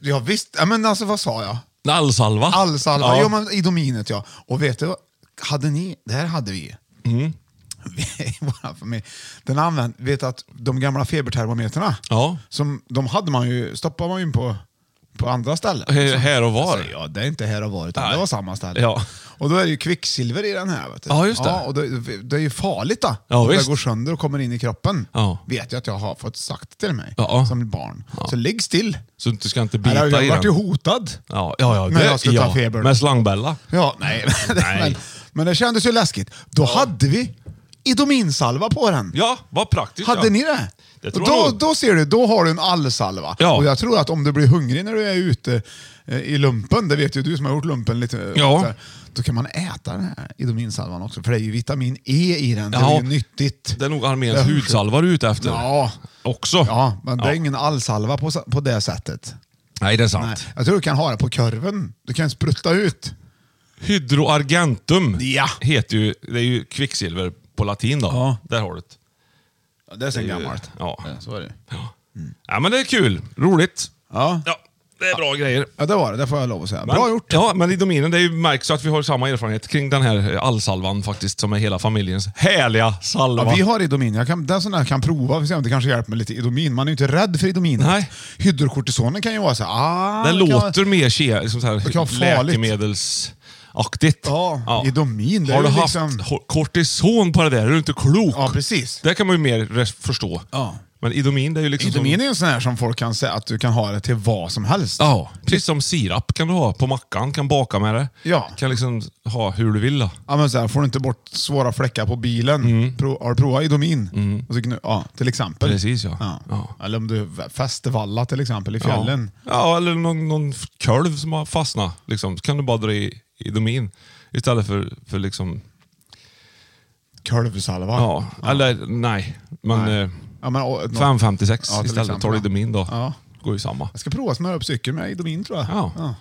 B: Ja, visst, ja, men alltså vad sa jag?
A: Allsalva.
B: Allsalva,
A: Ja.
B: jo men idominet ja. Och vet du vad? Hade ni, det här hade vi.
A: Mm.
B: Vi- i våran familj, Den använd, vet att de gamla febertermometrarna,
A: Ja.
B: som, de hade man ju, stoppade man in på, på andra ställen.
A: Här- här och var.
B: Så, ja, det är inte här och var, utan
A: Nej.
B: det var samma ställe.
A: Ja.
B: Och då är det ju kvicksilver i den här. Vet du.
A: Ja, just det.
B: Ja, och det, det är ju farligt då.
A: Ja,
B: om det
A: visst.
B: går sönder och kommer in i kroppen.
A: Ja.
B: Vet jag att jag har fått sagt till mig
A: Ja.
B: som barn. Så ligg still.
A: Så du ska inte
B: Nej,
A: bita
B: jag har
A: i
B: varit ju
A: den.
B: hotad.
A: Ja, ja, ja.
B: När jag skulle ta feber.
A: Med slangbella.
B: Ja, nej.
A: Nej.
B: Men, men det kändes ju läskigt. Då hade vi Idominsalva på den.
A: Ja, vad praktiskt.
B: Hade
A: ja.
B: ni det?
A: Det tror jag
B: Då,
A: nog.
B: då ser du, då har du en allsalva.
A: Ja.
B: Och jag tror att om du blir hungrig när du är ute eh, i lumpen, det vet ju du som har gjort lumpen lite, eh,
A: Ja.
B: så här, då kan man äta den här Idominsalvan också, för det är ju vitamin E i den. Det
A: Ja.
B: är ju nyttigt.
A: Det är nog
B: Det
A: arméns
B: är hörs-
A: hudsalva du är ute efter.
B: Ja.
A: Också.
B: Ja, men det är ingen allsalva på, sa- på det sättet.
A: Nej, det är
B: Nej,
A: sant.
B: jag tror du kan ha det på korven. Du kan sprutta ut.
A: Hydroargentum
B: Ja.
A: heter ju, det är ju kvicksilver på latin då.
B: Ja.
A: Där har du det.
B: Det är sen
A: Det är ju-
B: gammalt.
A: ja.
B: så är det.
A: Ja, men det är kul. Roligt.
B: Ja.
A: Ja, det är bra grejer.
B: Ja, det var det. Det får jag lov att säga.
A: Men-
B: Bra gjort.
A: Ja, men i dominen, det är ju märks ju att vi har samma erfarenhet kring den här eh, allsalvan faktiskt, som är hela familjens härliga salva.
B: Ja, vi har Idomin. Jag kan, den sån här kan prova. Vi ser om det kanske hjälper med lite Idomin. Man är ju inte rädd för Idomin.
A: Nej.
B: Hydrokortisonen kan ju vara så här, ah,
A: Den
B: det kan
A: låter mer ke, liksom så
B: det kan vara
A: här,
B: farligt.
A: läkemedelsaktigt.
B: Ja, Idomin, det är
A: Har du
B: ju
A: haft
B: liksom-
A: ho- kortison på det där är du inte klok.
B: Ja, precis.
A: Det kan man ju mer res- förstå.
B: Ja.
A: Men Idomin, det är ju liksom...
B: Idomin är
A: som,
B: ju en sån här som folk kan säga att du kan ha det till vad som helst.
A: Ja, precis som sirap kan du ha på mackan, kan baka med det.
B: Ja.
A: Kan liksom ha hur du vill. Då.
B: Ja, men så här, får du inte bort svåra fläckar på bilen,
A: Mm.
B: pro, har du provat Idomin? Och så, knu- ja, till exempel.
A: Precis, ja. Ja.
B: Eller om du fästevalla till exempel i fjällen.
A: Ja, ja eller någon, någon kolv som har fastnat. Liksom. Så kan du bara dra i Idomin istället för, för liksom...
B: Korvsalva.
A: Ja, eller nej. Men
B: Ah, Nej.
A: eh,
B: Ja, men, och,
A: 556
B: Ja, till
A: istället.
B: exempel,
A: Tar du
B: ja.
A: Idomin då.
B: Ja.
A: Går ju samma.
B: Jag ska prova att smöra upp cykeln med Idomin tror jag.
A: Ja.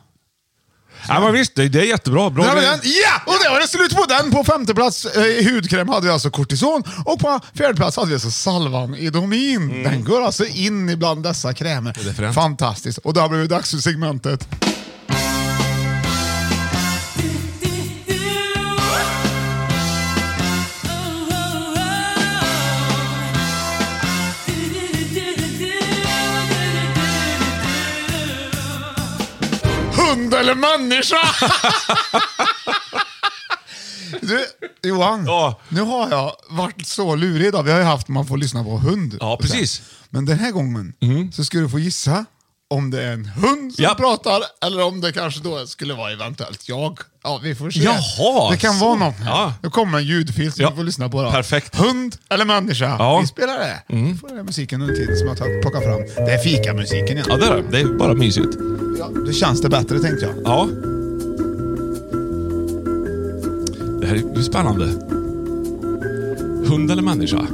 A: Ja, men visst, det, det är jättebra. Bra
B: Där var
A: grejer.
B: den. Ja! Och det var det slut på den. På femte plats eh, i hudkräm hade vi alltså kortison och på fjärde plats hade vi alltså salvan Idomin. Den går alltså in ibland dessa krämer.
A: Mm. Det är fränt.
B: Fantastiskt. Och då har blivit dags för segmentet. Hund eller människa? du, Johan,
A: Ja.
B: nu har jag varit så lurig idag. Vi har ju haft man får lyssna på hund.
A: Ja, precis. Mhm.
B: Men den här gången så ska du få gissa om det är en hund som
A: Ja.
B: pratar eller om det kanske då skulle vara eventuellt jag. Ja, vi får se.
A: Jaha,
B: det kan
A: så.
B: vara någon här.
A: Ja.
B: Nu kommer en ljudfil som
A: Ja.
B: du får lyssna på. Då.
A: Perfekt.
B: Hund eller människa?
A: Ja.
B: Vi spelar det. Mm. får den här musiken under tiden som jag tar- plockar fram. Det är fikamusiken igen.
A: Ja, det är det. Det är bara mysigt.
B: Ja, då känns det bättre tänkte jag.
A: Ja. Det här är ju spännande. Hund eller människa?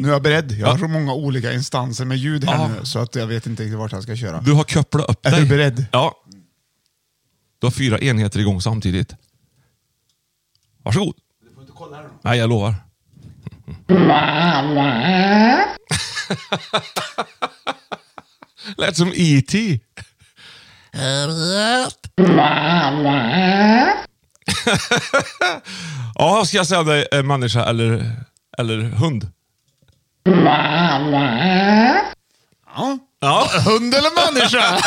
B: Nu är jag beredd. Jag har
A: Ja.
B: så många olika instanser med ljud här
A: Ja.
B: nu så att jag vet inte riktigt vart jag ska köra.
A: Du har kopplat upp
B: Är
A: dig.
B: du beredd?
A: Ja. Du har fyra enheter igång samtidigt. Varsågod. Du får inte kolla här Nej, jag lovar. Lät som E E.T. ja, ska jag säga om det är människa eller, eller hund?
B: Ja.
A: Ja,
B: Hund eller människa?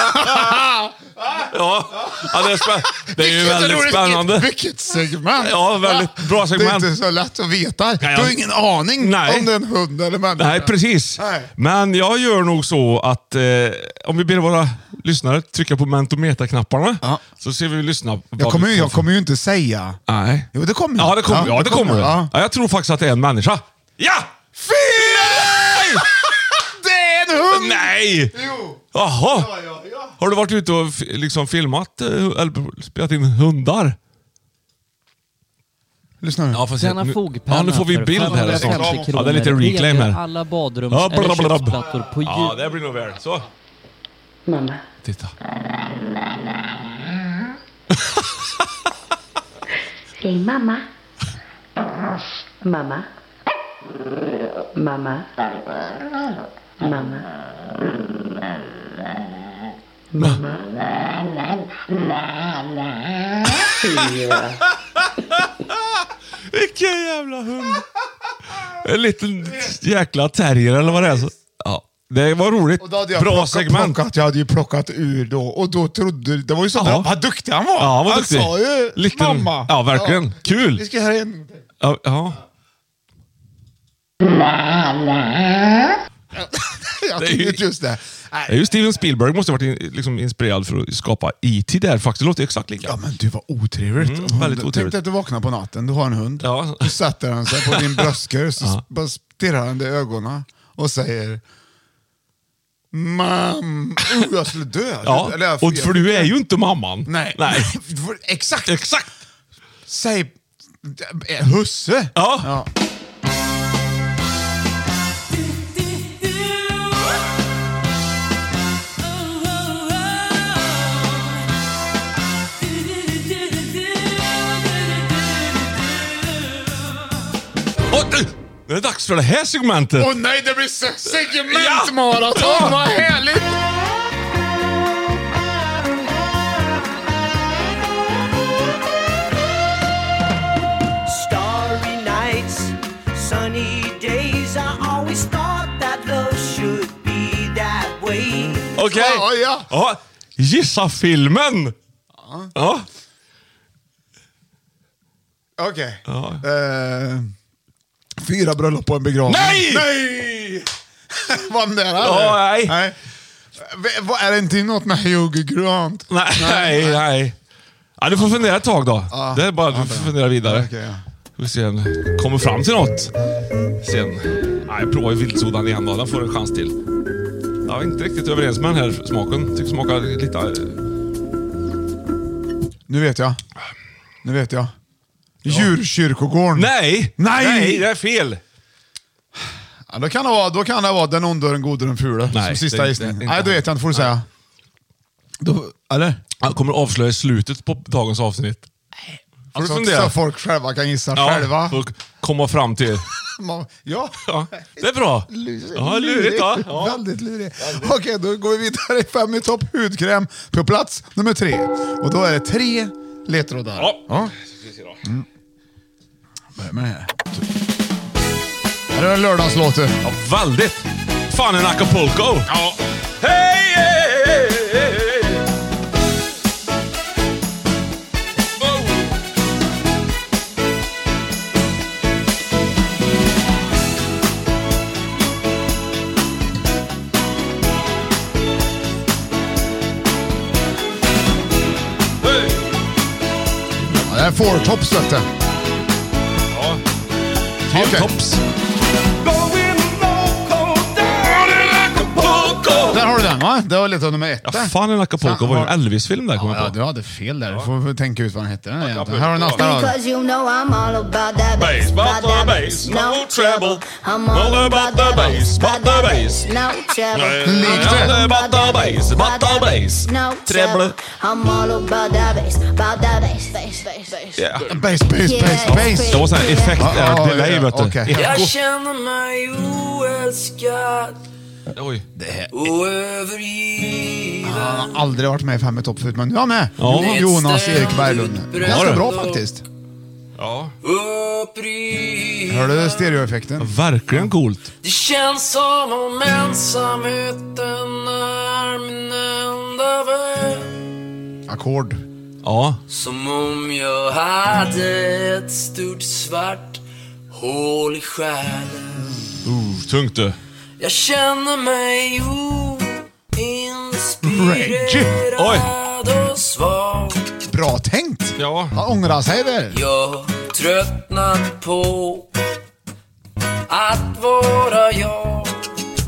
A: ja. ja det, är spä- det är ju
B: Vilket
A: väldigt
B: roligt-
A: spännande.
B: Vilket segment!
A: Ja, väldigt bra
B: Det är
A: segment.
B: inte så lätt att veta.
A: Nej,
B: Du har
A: jag-
B: ingen aning
A: Nej.
B: om det är en hund eller människa.
A: Nej, precis.
B: Nej.
A: Men jag gör nog så att eh, om vi ber våra lyssnare trycka på mentometaknapparna
B: Ja.
A: så ser vi lyssna. vad
B: Jag kommer,
A: vi
B: ju,
A: får
B: jag
A: för-
B: kommer ju inte säga.
A: Nej.
B: Jo, det kommer jag.
A: Ja, det kommer ja, det kommer.
B: Ja.
A: Ja. jag tror faktiskt att det är en människa. Ja! Fel!
B: Det är en hund!
A: Nej!
B: Jo.
A: Jaha.
B: Ja, ja, ja.
A: Har du varit ute och f- liksom filmat eh, eller spelat in hundar?
B: Lyssna nu.
A: får
F: Denna fogpenna
A: Ja, nu får vi
F: för
A: bild här.
F: 550
A: snart.
F: kronor
A: Ja, det är lite reclaim
F: reder
A: här.
F: alla badrums
A: Ja,
F: eller
A: blablabla.
F: köksplattor på jul.
A: Ja, det blir nog väl. Så.
G: Mamma,
A: Titta.
G: hej mamma. Mamma. Mamma. Mamma.
A: Vilken jävla hund! En liten jäkla terrier eller vad det är. Så- Ja, det var roligt.
B: Och då hade jag
A: Bra
B: plockat,
A: segment.
B: Plockat, jag hade ju plockat ur då och då trodde... Det var ju så
A: Ja.
B: bra. Vad duktig han var!
A: Ja, han var duktig.
B: sa ju
A: Liten-
B: mamma.
A: Ja, verkligen. Kul.
B: Vi ska höra en...
A: Ja, ja.
B: Jag
A: Det är ju-
B: tänkte just det.
A: Det är ju Steven Spielberg måste ha varit in, liksom inspirerad för att skapa E.T. där faktiskt. Det låter exakt lika.
B: Ja, men du var otrevligt.
A: Mm,
B: Hund-
A: väldigt
B: Tänk
A: otrevligt.
B: dig att du vaknar på natten, du har en hund.
A: Ja.
B: Då sätter han sig på din bröstkorg så bara stirrar han dig i ögonen och säger Mam... Uh, jag skulle dö.
A: Ja,
B: Eller jag-
A: och för du är ju inte mamman.
B: Nej.
A: Nej.
B: För- Exakt.
A: Exakt.
B: Säg... Eh, Husse.
A: Ja. Och, eh, det är dags för det här segmentet.
B: Åh nej, det blir sex
A: Ja.
B: segmentmaraton!
A: Ja.
B: Vad härligt!
E: Starry nights, sunny days. I always thought that love should be that way.
A: Okej.
B: Ja, ja.
A: Gissa filmen. Ja.
B: Okej. Eh, fyra bröllop på en begravning.
A: Nej!
B: Nej! Var den nära?
A: Ja, nej.
B: eller? nej. V- vad- Är det inte något med Hugh Grant?
A: Nej, nej. nej. Ja, du får fundera ett tag då. det är bara du får fundera vidare.
B: Okej, ja.
A: Vi får se om vi kommer fram till något. Sen. Ja, jag provar ju viltsodan igen då. Den får en chans till. Jag är inte riktigt överens med den här smaken. Tycker smakar lite...
B: Nu vet jag. Nu vet jag. Djurkyrkogården.
A: Nej!
B: Nej!
A: Nej, det är fel.
B: Ja, då, kan det vara, då kan det vara den onde, den gode, den fule.
A: Nej,
B: som
A: det
B: sista
A: är
B: gissning.
A: inte-
B: Nej, då vet jag inte. får du säga. Då, eller?
A: Han kommer att avslöja slutet på dagens avsnitt. Får du
B: Så,
A: fundera?
B: Alltså, så folk själva kan gissa själva.
A: Får komma fram till...
B: Man- Ja.
A: Ja, det är bra. Ja, lurigt va? Ja.
B: Väldigt lurigt. Okej, då går vi vidare. Fem i topp hudkräm på plats nummer tre. Och då är det tre ledtrådar.
A: Ja.
B: Börja med det här. Här är en lördagslåt du.
A: Ja, väldigt. Fan en Acapulco. Ja. Hej, hej, hej, hej, hej. Wow. Hej.
B: Ja, det är Four Tops vet du.
A: Ja. Four
B: Okej.
A: Tops. Going loco down in Acapulco.
B: Där har du den va? Det var ledtråd nummer ett.
A: Ja,
B: där.
A: fan en Acapulco var ju en Elvis-film där kom
B: Ja,
A: jag på.
B: du hade fel där. Du får väl tänka ut vad den hette. den här jäveln. Här har du nästa då.
G: Because you know I'm all about that
A: Bass,
G: bass,
A: about the bass, no treble.
G: I'm all about the bass,
A: about the
G: the bass,
A: bass.
G: no treble.
B: Likt
A: Ja,
B: det.
A: är bara ta base, bara ta base.
G: No
A: Treble.
G: treble. I'm all about that bass, about that bass, bass, bass, bass.
A: Ja.
B: Bass, bass, bass, bass.
A: Det var sån här effekt,
B: Ja,
A: eh,
B: ja,
A: delay
B: ja,
A: vet du.
B: okej.
A: Eko.
E: känner mig oälskad.
A: Oj.
B: Det här
E: Och övergiven
B: Han har aldrig varit med i Fem i topp förut, men nu är han med.
A: Ja.
B: Jonas Erik Berglund.
A: Ja,
B: Ganska
A: du.
B: bra faktiskt.
A: Ja.
E: uppriven
B: Hör du stereoeffekten?
A: Verkligen coolt.
E: Det känns som om ensamheten är min enda vän
B: Ackord.
A: Ja.
E: Som om jag hade ett stort svart hål i själen
A: Uh, tungt du.
E: Jag känner mig oinspirerad och svag
B: Bra tänkt!
A: Ja.
B: Han ångrar sig väl?
E: Jag har tröttnat på att vara jag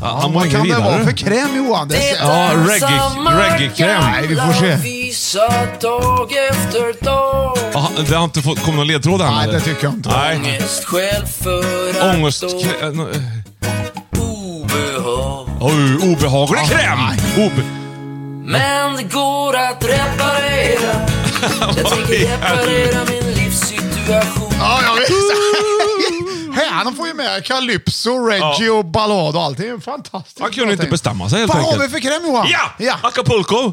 A: Han,
B: Ja,
A: han var
B: vad
A: ingen
B: kan det vara för
A: vidare.
B: kräm Johan? Det ser-
A: Ja,
E: är
A: reggae-
E: samma
A: reggae-kräm.
E: gamla
B: Nej, vi får se.
E: Visa dag efter dag.
A: Ja, han- det har inte fått, kommit någon ledtråd än
B: Nej,
A: eller?
B: det tycker jag inte.
A: Nej.
E: Ångest själv för att
A: Ångest...
E: då
A: krä- eh, nå- eh,
E: obehag.
A: Oj,
B: Ah,
A: obehaglig kräm! Obe...
E: Men det går att reparera. Jag tänker reparera min livssituation.
B: Ja, jag vet. Här, Han får ju med Calypso, Reggie och ballad och allting. Fantastiskt.
A: Han kunde
B: bra
A: inte
B: tänkt.
A: bestämma sig helt
B: Vad har vi
A: enkelt.
B: för kräm Johan?
A: Ja!
B: ja.
A: Acapulco!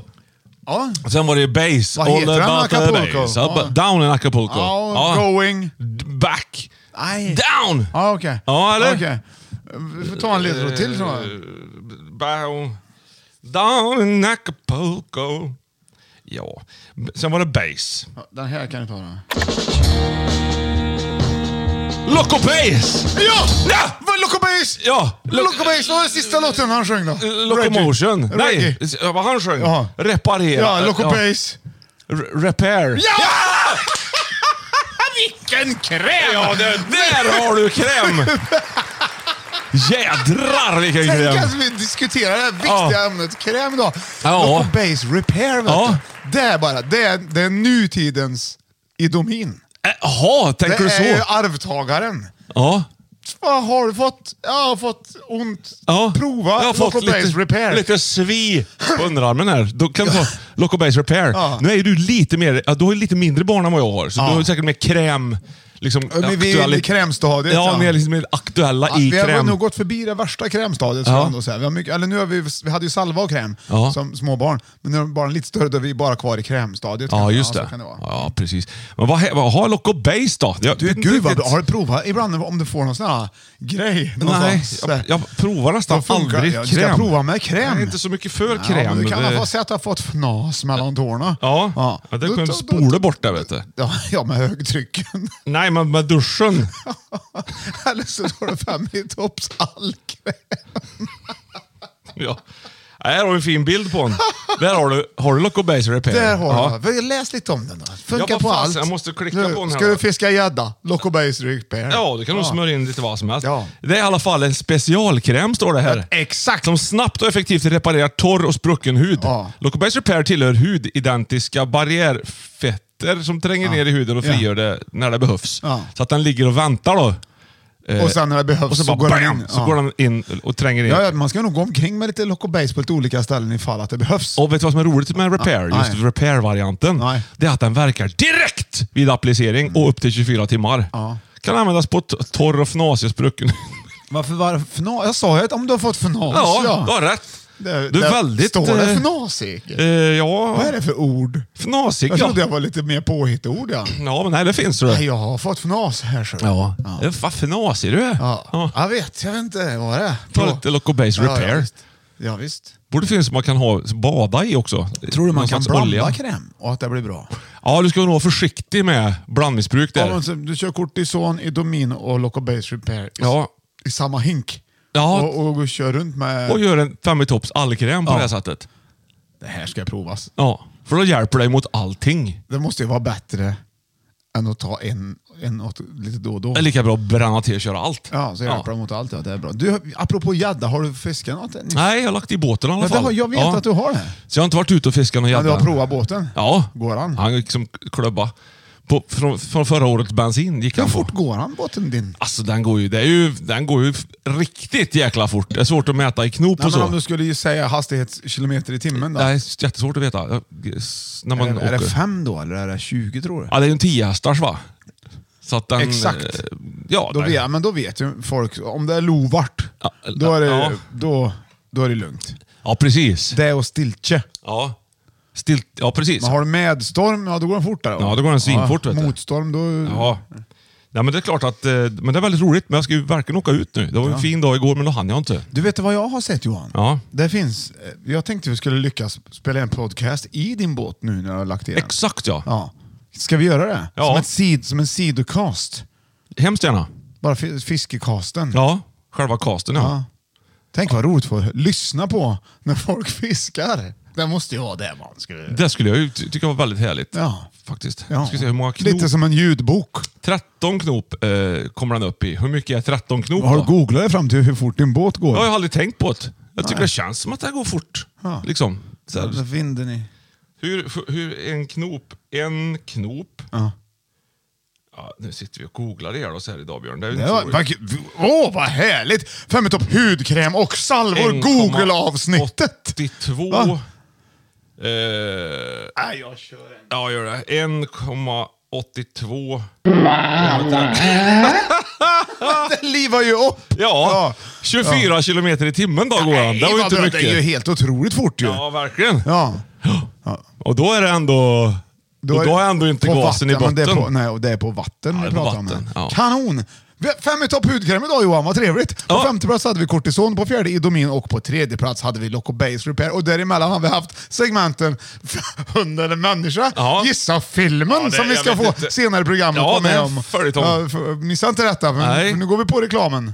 B: ja.
A: Och Sen var det Base.
B: Vad heter den,
A: about the
B: Acapulco?
A: bass.
B: Ja.
A: Ab- Down in Acapulco.
B: ja.
A: Ja.
B: Going.
A: D- Back.
B: Nej.
A: Down!
B: Ja, okej.
A: Ja, eller?
B: Okej. Vi får ta en ledtråd till tror jag.
A: Bow. Down in Acapulco. Ja. Sen var det Base.
B: Ja, Den här kan du ta då.
A: Loco Base!
B: Ja!
A: Ja!
B: Vad, Loco Base!
A: Ja! Lo-
B: Loco Base, vad var den sista låten han sjöng då?
A: Locomotion.
B: Reggie.
A: Nej,
B: Reggie.
A: eh, vad han sjöng.
B: Jaha.
A: Reparera.
B: Ja, Loco Base.
A: R- Repair.
B: Ja! Vilken kräm!
A: Ja, det, där har du kräm! Jädrar vilken
B: Tänk
A: kräm!
B: att vi diskuterar det här viktiga
A: Ja.
B: ämnet kräm då.
A: Ja.
B: Loco Base Repair vet
A: Ja.
B: du. Det är bara, det är, det är nutidens idomin.
A: Eh, Jaha, tänker du
B: det är ju
A: så?
B: arvtagaren.
A: Ja.
B: Vad har du fått? Jag har fått ont.
A: ja.
B: Prova
A: Jag har fått
B: Loco
A: lite,
B: Base Repair.
A: lite svi på underarmen här. Då kan du ta Loco Base Repair.
B: Ja.
A: Nu är ju du lite mer, ja, du har ju lite mindre barn än vad jag har, så du har ju säkert mer kräm. Liksom,
B: Ja, men vi är
A: aktuali-
B: inne i krämstadiet,
A: Ja,
B: ja.
A: ni är liksom mer aktuella
B: Ja,
A: i
B: vi har
A: kräm.
B: nog gått förbi det värsta krämstadiet. skulle
A: Ja.
B: jag ändå säga. Vi, har mycket, eller nu har vi, vi hade ju salva och kräm
A: Ja.
B: som småbarn, men nu är de barnen lite större då är vi bara kvar i krämstadiet.
A: Ja,
B: kan-
A: just
B: så
A: det.
B: Kan det vara.
A: Ja, precis. Men vad, he- vad har Loco Base då? Jag,
B: Du,
A: vet inte
B: gud vad
A: riktigt.
B: bra. Har du provat ibland om du får någon sån här grej?
A: Nej,
B: någonstans?
A: jag, jag provar nästan
B: Vad funkar-
A: aldrig
B: jag ska
A: kräm.
B: prova med kräm.
A: Jag är inte så mycket för
B: Ja,
A: kräm.
B: men du kan
A: Det-
B: väl få säga att du har fått fnas mellan tårna?
A: Ja, ja. det
B: Då-
A: kan
B: då-
A: du
B: då-
A: spola bort det vet du.
B: Ja, ja, med högtryck.
A: Nej, men med duschen.
B: eller så tar du fem i topps all kräm.
A: ja. Ja, Här har vi en fin bild på den. Där har du, har du Loco Base Repair.
B: Där har
A: ja.
B: du den. Läs lite om den då. Funkar
A: Ja, vad
B: på
A: fasen,
B: allt.
A: jag måste klicka
B: nu,
A: på den här
B: Ska
A: då.
B: du fiska gädda? Loco Base Repair.
A: Ja, du kan nog smörja in lite vad som helst.
B: Ja.
A: Det är i alla fall en specialkräm, står det här.
B: Exakt!
A: Som snabbt och effektivt reparerar torr och sprucken hud.
B: Ja.
A: Loco Base Repair tillhör hudidentiska barriärfetter som tränger ner i huden och
B: Ja.
A: frigör det när det behövs.
B: Ja.
A: Så att den ligger och väntar då.
B: och sen när det behövs
A: Och så,
B: så,
A: bara
B: går den
A: bam!
B: in.
A: Så går den in och tränger in.
B: ja. Ja, man ska nog gå omkring med lite Loco Base på lite olika ställen ifall att det behövs.
A: Och vet du vad som är roligt med repair?
B: Nej.
A: Just repair-varianten.
B: Nej.
A: Det är att den verkar direkt vid applicering och upp till 24 timmar.
B: Ja.
A: Kan användas på t- torr och fnasig och sprucken.
B: Varför var det fnas? Jag sa ju att om du har fått fnas.
A: Ja, du har rätt.
B: Det-
A: du är
B: det-
A: väldigt...
B: Står det
A: eh,
B: fnas Erik?
A: eh, ja,
B: Vad är det för ord?
A: fnasig.
B: Jag
A: Ja.
B: trodde jag var lite mer påhittord. Ja.
A: ja, men nej, det finns det.
B: Nej, jag har fått fnas här. Så.
A: Ja.
B: Ja.
A: Eh, Vad fnasig du är.
B: ja. Jag vet, jag vet inte vad det är.
A: Ta lite Loco Base
B: Ja, ja,
A: Repair.
B: visst. ja, visst.
A: Borde finnas som man kan ha, bada i också.
B: Tror du man
A: Någon
B: kan
A: slags
B: blanda
A: olja.
B: kräm och att det blir bra?
A: Ja, du ska nog vara försiktig med blandmissbruk där.
B: Ja, men så- du kör kortison, Idomin och Loco Base Repair i,
A: Ja.
B: i samma hink.
A: Ja.
B: Och, och kör runt med...
A: och gör en fem i topps allkräm på
B: Ja.
A: det här sättet.
B: Det här ska provas.
A: Ja, för då hjälper det mot allting.
B: Det måste ju vara bättre än att ta en, en åt, lite då och då.
A: Det är lika bra att bränna till och köra allt.
B: Ja, så hjälper de mot allt. Ja, det är bra. Du, apropå gädda, har du fiskat något? än?
A: Nej, jag har lagt i båten i alla
B: Ja, det
A: fall.
B: har- jag vet att du har det.
A: Så jag har inte varit ute och fiskat någon
B: Men du
A: gädda.
B: har provat båten?
A: Ja.
B: Går han?
A: Han liksom klubba. På, från, från förra årets bensin gick
B: Hur
A: han
B: fort
A: på.
B: går han, båten din?
A: Alltså den går ju, det är ju, den går ju f- riktigt jäkla fort. Det är svårt att mäta i knop
B: Nej,
A: och
B: men
A: så.
B: om du skulle ju säga hastighetskilometer i timmen då?
A: Det är jättesvårt att veta. Jag- När man
B: är, det,
A: åker.
B: är det fem då, eller är det 20 tror du?
A: Ja, det är ju en 10 hästars va? Så att den,
B: Exakt.
A: eh, Ja,
B: Då
A: nej.
B: vet, men då vet ju folk, om det är lovart,
A: Ja,
B: då är det
A: ja.
B: då, då är det lugnt.
A: Ja, precis.
B: Det och stiltje.
A: Ja, Stilt, ja precis.
B: Men har du medstorm, ja då går den fortare. va?
A: Ja, då går den svinfort, vet du.
B: Motstorm, då...
A: Ja. Nej, men det är klart att eh, men det är väldigt roligt, men jag ska ju verkligen åka ut nu. Det var ju en fin dag igår, men då hann jag inte.
B: Du vet vad jag har sett Johan?
A: Ja.
B: Det finns, eh, jag tänkte vi skulle lyckas spela en podcast i din båt nu när jag har lagt i den.
A: Exakt ja.
B: Ja. Ska vi göra det?
A: Ja.
B: Som, ett sid, som en sidocast.
A: Hemskt gärna.
B: Bara fi- fiskekasten.
A: Ja, själva casten ja.
B: Ja. Tänk vad roligt att få lyssna på när folk fiskar. Det måste ju vara det man skulle...
A: Det skulle jag ju ty- tycka var väldigt härligt.
B: Ja.
A: Faktiskt.
B: Ja.
A: Ska se hur många knop.
B: Lite som en ljudbok.
A: 13 knop eh, kommer den upp i. Hur mycket är 13 knop?
B: Har
A: då?
B: du googlat dig fram till hur fort din båt går?
A: Ja, jag har aldrig tänkt på det. Jag tycker det känns som att det går fort.
B: Ja.
A: Liksom. Så här,
B: Så vinden i...
A: hur, hur en knop, en knop.
B: Ja.
A: Ja, nu sitter vi och googlar det här, då, så här idag Björn. Det är ju
B: Det
A: inte
B: var,
A: så
B: vad,
A: roligt.
B: åh, vad härligt! Fem i topp hudkräm och salvor.
A: 1,82.
B: Google-avsnittet!
A: 82.
B: Va?
A: Eh,
B: Nej, jag kör en.
A: ja, gör det. 1,82.
B: Den livar ju upp!
A: Ja, 24
B: Ja.
A: kilometer i timmen då går han. Det var ju
B: vad
A: inte
B: bra,
A: mycket.
B: Det är ju helt otroligt fort ju.
A: Ja, verkligen.
B: Ja.
A: Och då är det ändå... Då,
B: är-
A: då är ändå inte
B: på
A: gasen
B: vatten, men
A: i
B: Det är på,
A: botten.
B: nej, och det är på vatten
A: Ja, det
B: vi
A: är på
B: pratar om.
A: vatten,
B: det.
A: ja.
B: Kanon! Vi- Fem i topp hudkräm idag Johan, vad trevligt. På
A: Ja.
B: femte plats hade vi kortison, på fjärde idomin och på tredje plats hade vi Loco Base Repair. Och däremellan har vi haft segmenten Hund eller människa,
A: Ja.
B: Gissa filmen
A: Ja, det-
B: som vi
A: jag
B: ska
A: vet
B: få
A: inte.
B: senare i programmet.
A: Ja,
B: vara
A: det är
B: med
A: en
B: om.
A: följetong.
B: Ja, för- Missa inte detta, för
A: Nej.
B: för nu går vi på reklamen.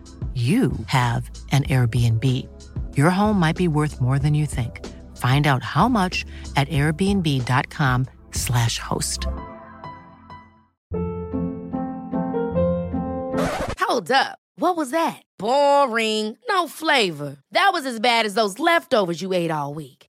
H: you have an Airbnb. Your home might be worth more than you think. Find out how much at airbnb.com/slash host.
I: Hold up. What was that? Boring. No flavor. That was as bad as those leftovers you ate all week.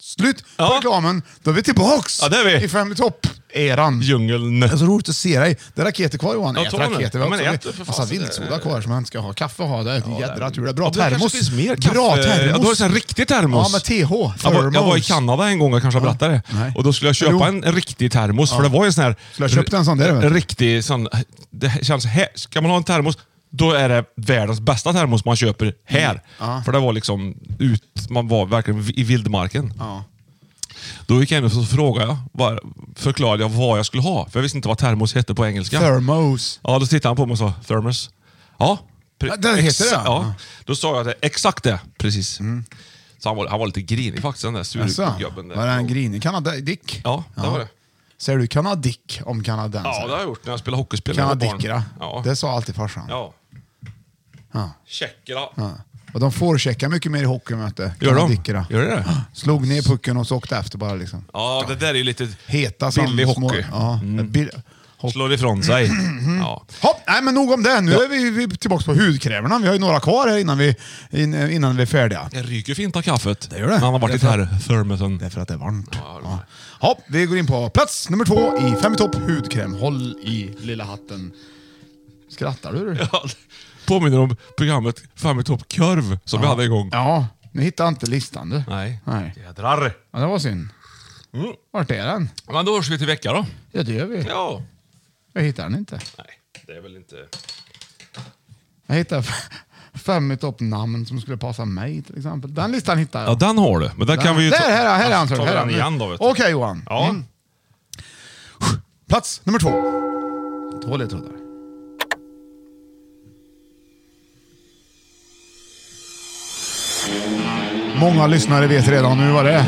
B: Slut på reklamen, då är vi tillbaks
A: Ja, det är vi.
B: i Fem i topp-eran.
A: Djungeln.
B: Det är så Alltså, roligt att se dig. Det är raketer kvar Johan.
A: Ja,
B: Ät
A: ta den.
B: raketer.
A: Ja, men
B: Också.
A: ät för fan.
B: Massa viltsoda kvar som man ska ha. Kaffe har det. Jädra tur. Det är bra
A: Ja, det kanske
B: termos.
A: finns mer
B: Bra
A: kaffe.
B: termos.
A: Ja, då är det sån här riktig termos.
B: Ja, med TH.
A: Jag var, jag var i
B: Thermos.
A: Kanada en gång, jag kanske har berättat det.
B: Nej.
A: Och då skulle jag
B: Jo.
A: köpa en, en riktig termos,
B: Ja.
A: för det var ju en sån här...
B: Skulle jag köpt en sån där, vet du?
A: Riktig sån... Det känns... Här, ska man ha en termos, då är det världens bästa termos man köper här.
B: Mm.
A: För det var liksom ut... Man var verkligen i vildmarken.
B: Ja.
A: Då gick jag in och så frågade jag, var, förklarade jag vad jag skulle ha. För jag visste inte vad termos hette på engelska.
B: Thermos.
A: Ja, då tittade han på mig och sa thermos. Ja, pre-
B: Ja, det heter det, ja.
A: ja. Då sa jag det, exakt det, precis. Så han var, han var lite grinig faktiskt, den där
B: Alltså,
A: surgubben. där.
B: var det en grinig kanadick?
A: Ja, det var det.
B: Säger du kanadick om kanadensare?
A: Ja, det har jag gjort när jag spelade hockeyspel. när jag var barn.
B: Kanadickra.
A: Ja.
B: Det sa alltid farsan.
A: ja.
B: Ja.
A: Tjeckra.
B: Ja. Och de får checka mycket mer i hockey, vet du.
A: Gör de?
B: Kanadickra.
A: Gör det?
B: Slog ner pucken och så åkte efter bara. Liksom.
A: Ja, det där är ju lite
B: Heta
A: billig
B: som små-
A: hockey. Mm.
B: Ja. Bill- hopp.
A: Slår ifrån sig. Ja.
B: Hopp, nej men nog om det. Nu är vi, vi tillbaka på hudkrämerna. Vi har ju några kvar här innan vi, in, innan vi är färdiga.
A: Det ryker fint av kaffet. Det
B: gör det.
A: Han har varit i
B: Därför-
A: här thermosen.
B: Därför att det är varmt. Ja. Hopp, vi går in på plats nummer två i Fem i topp hudkräm. Håll i lilla hatten. Skrattar du?
A: Ja, det Påminner om programmet Fem i topp korv som vi hade igång.
B: Ja, nu hittar jag inte listan du.
A: Nej.
B: Nej.
A: Jädrar. Mm.
B: Ja, det var synd. Vart är den?
A: Men då hörs vi till vecka då.
B: Ja, det gör vi.
A: Ja.
B: Jag hittar den inte.
A: Nej, det är väl inte...
B: Jag hittar f- fem i topp namn som skulle passa mig till exempel. Den listan hittar jag.
A: Ja, den har du. Men den kan vi ju
B: Där,
A: ta-
B: här, är- här är han.
A: tar vi
B: här är
A: den
B: han.
A: igen då. vet du.
B: Okej Johan.
A: Ja.
B: Mm. Plats nummer två. Två ledtrådar. Många lyssnare vet redan nu vad det är.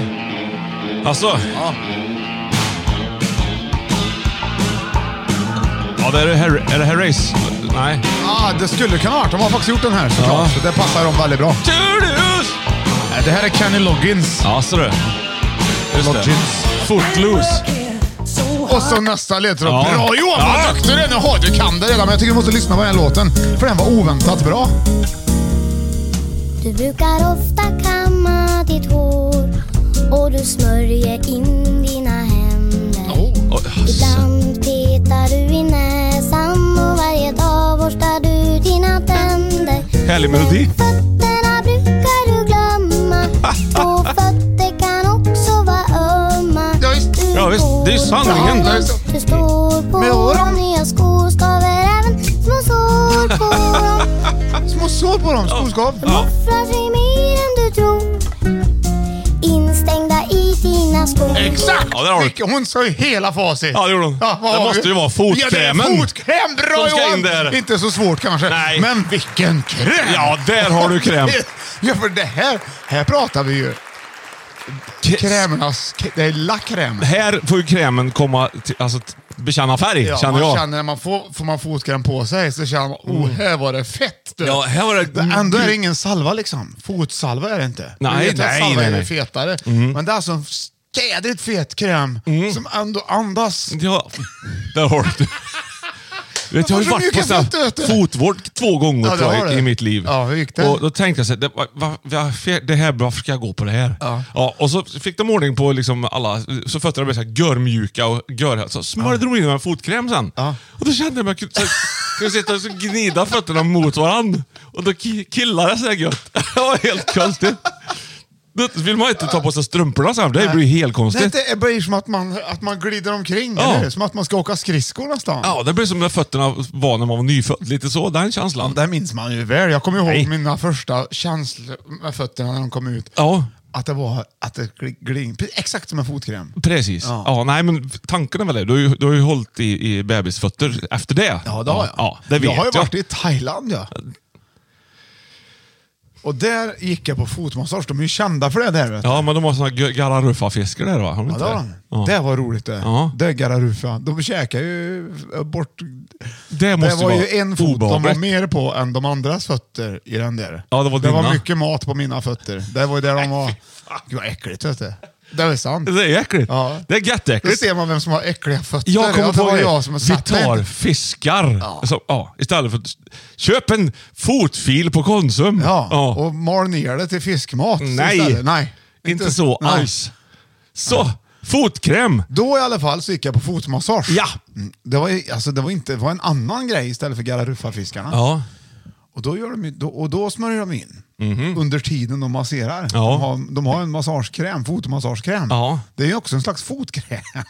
A: Alltså?
B: Ja.
A: Ja, det är, det här, är det här race? Nej.
B: Ja, Ah, det skulle kunna vara. De har faktiskt gjort den här såklart, så det passar dem väldigt bra. Nej, Det här är Kenny Loggins.
A: Ja, ser du. Just det.
B: Loggins.
A: Footloose.
B: Och så nästa ledtråd.
A: Ja.
B: Bra Johan! Vad
A: Ja.
B: duktig du är! Jaha, du kan det redan, men jag tycker du måste lyssna på den här låten. För den var oväntat bra.
J: Du brukar ofta kamma ditt hår och du smörjer in dina händer. Ibland petar du i näsan och varje dag borstar du dina tänder.
A: Härlig melodi.
J: Fötterna brukar du glömma och fötter kan också vara ömma. Du
A: Ja, visst. Det är ju
J: går
A: sanningen.
J: på
A: Ja,
J: dem,
A: visst.
J: Du står på
A: Med öron.
J: dem, nya skor skaver även små sår på dem.
B: Små sår på dem, skoskav.
J: Offrar sig mer än du tror. Instängda i dina skor.
B: Exakt!
A: Ja, där har du.
B: Vilken- Hon sa ju hela facit.
A: Ja, det gjorde hon.
B: Ja, vad
A: Det
B: har
A: måste
B: vi?
A: ju vara fotkrämen.
B: Ja, det är fotkräm. Bra
A: Som ska
B: Johan!
A: in där.
B: Inte så svårt kanske.
A: Nej.
B: Men vilken kräm!
A: Ja, där har du kräm.
B: ja, för det här, här pratar vi ju... Krämernas... Det är la crème.
A: Här får ju krämen komma, till, alltså t- bekänna färg,
B: Ja,
A: känner
B: man
A: jag. Mm.
B: känner när man får, får man fotkräm på sig så känner man oh, här var det fett. Du.
A: Ja, här var det-
B: Ändå är det ingen salva liksom. Fotsalva är det inte.
A: Nej,
B: Vi vet att
A: nej,
B: salva
A: nej,
B: är
A: nej.
B: det fetare.
A: Mm.
B: Men det är alltså en städigt fet kräm som ändå andas.
A: Ja, där har du. Du Vet, jag har ju
B: Varför
A: varit på
B: mjuka
A: sån här
B: fötter, vet du?
A: fotvård två gånger
B: Ja, det
A: tror
B: har
A: jag,
B: du.
A: i, i mitt liv.
B: Ja, hur gick det?
A: Och då tänkte jag så här, det, va, va, varför- det här, varför ska jag gå på det här?
B: Ja.
A: och så fick de ordning på liksom alla, så fötterna blev så här görmjuka och gör, Så smörjde de in dem med fotkräm sen. Och då kände jag mig så här, kunde sitta och så gnida fötterna mot varandra. Och då ki- killade det gött. Det var helt konstigt. Då vill man inte ta på sig strumporna sen, för det blir ju helt
B: Nej,
A: konstigt.
B: det blir som att man, att man glider omkring,
A: Ja.
B: eller hur? Som att man ska åka skridskor nästan.
A: Ja, det blir som när fötterna var när man var nyfödd. Lite så, den känslan.
B: Det minns man ju väl. Jag kommer ihåg
A: Nej.
B: mina första känslor med fötterna när de kom ut.
A: Ja.
B: Att det var att det gl- gling, precis- exakt som en fotkräm.
A: Precis. Ja. nej, men tanken är väl det. Du, har ju- du har ju hållit i, i bebisfötter efter det.
B: Ja, det har jag.
A: Ja, det vet
B: jag har ju
A: jag.
B: varit i Thailand. Ja. Och där gick jag på fotmassage. De är ju kända för det där. Vet du.
A: Ja, men de har såna gar- Gararuffa-fiskar där va? Har de
B: Ja,
A: inte
B: det, var de.
A: Ja.
B: det var roligt det.
A: Ja.
B: Det är Gararufa. De käkar ju bort...
A: Det måste
B: var
A: vara
B: ju en fot de
A: obehagligt.
B: var mer på än de andras fötter i den där.
A: Ja, det var
B: det var
A: dina.
B: mycket mat på mina fötter. Det var ju där de var... Gud vad äckligt vet du. Det är sant.
A: Det är äckligt.
B: Ja.
A: Det är
B: Då
A: jätteäckligt.
B: ser man vem som har äckliga fötter.
A: Jag kommer
B: ja, det
A: på
B: var
A: det.
B: jag som
A: Vi
B: satt
A: tar
B: där.
A: fiskar.
B: Ja.
A: Så, ja, istället för att köp en fotfil på Konsum.
B: Ja, och mal ner det till fiskmat
A: Nej.
B: istället. Nej,
A: Inte, så
B: nej.
A: alls. Så, fotkräm.
B: Då i alla fall så gick jag på fotmassage.
A: Ja.
B: Mm, Det var, ju- alltså, det var, inte, det var en annan grej istället för Gararuffa-fiskarna.
A: Ja.
B: Och, då gör de, ju- då, och då smörjer de in under tiden de masserar.
A: Mhm. Ja.
B: De, har, de har en massagekräm, fotmassagekräm.
A: Ja.
B: Det är ju också en slags fotkräm.
A: Ja.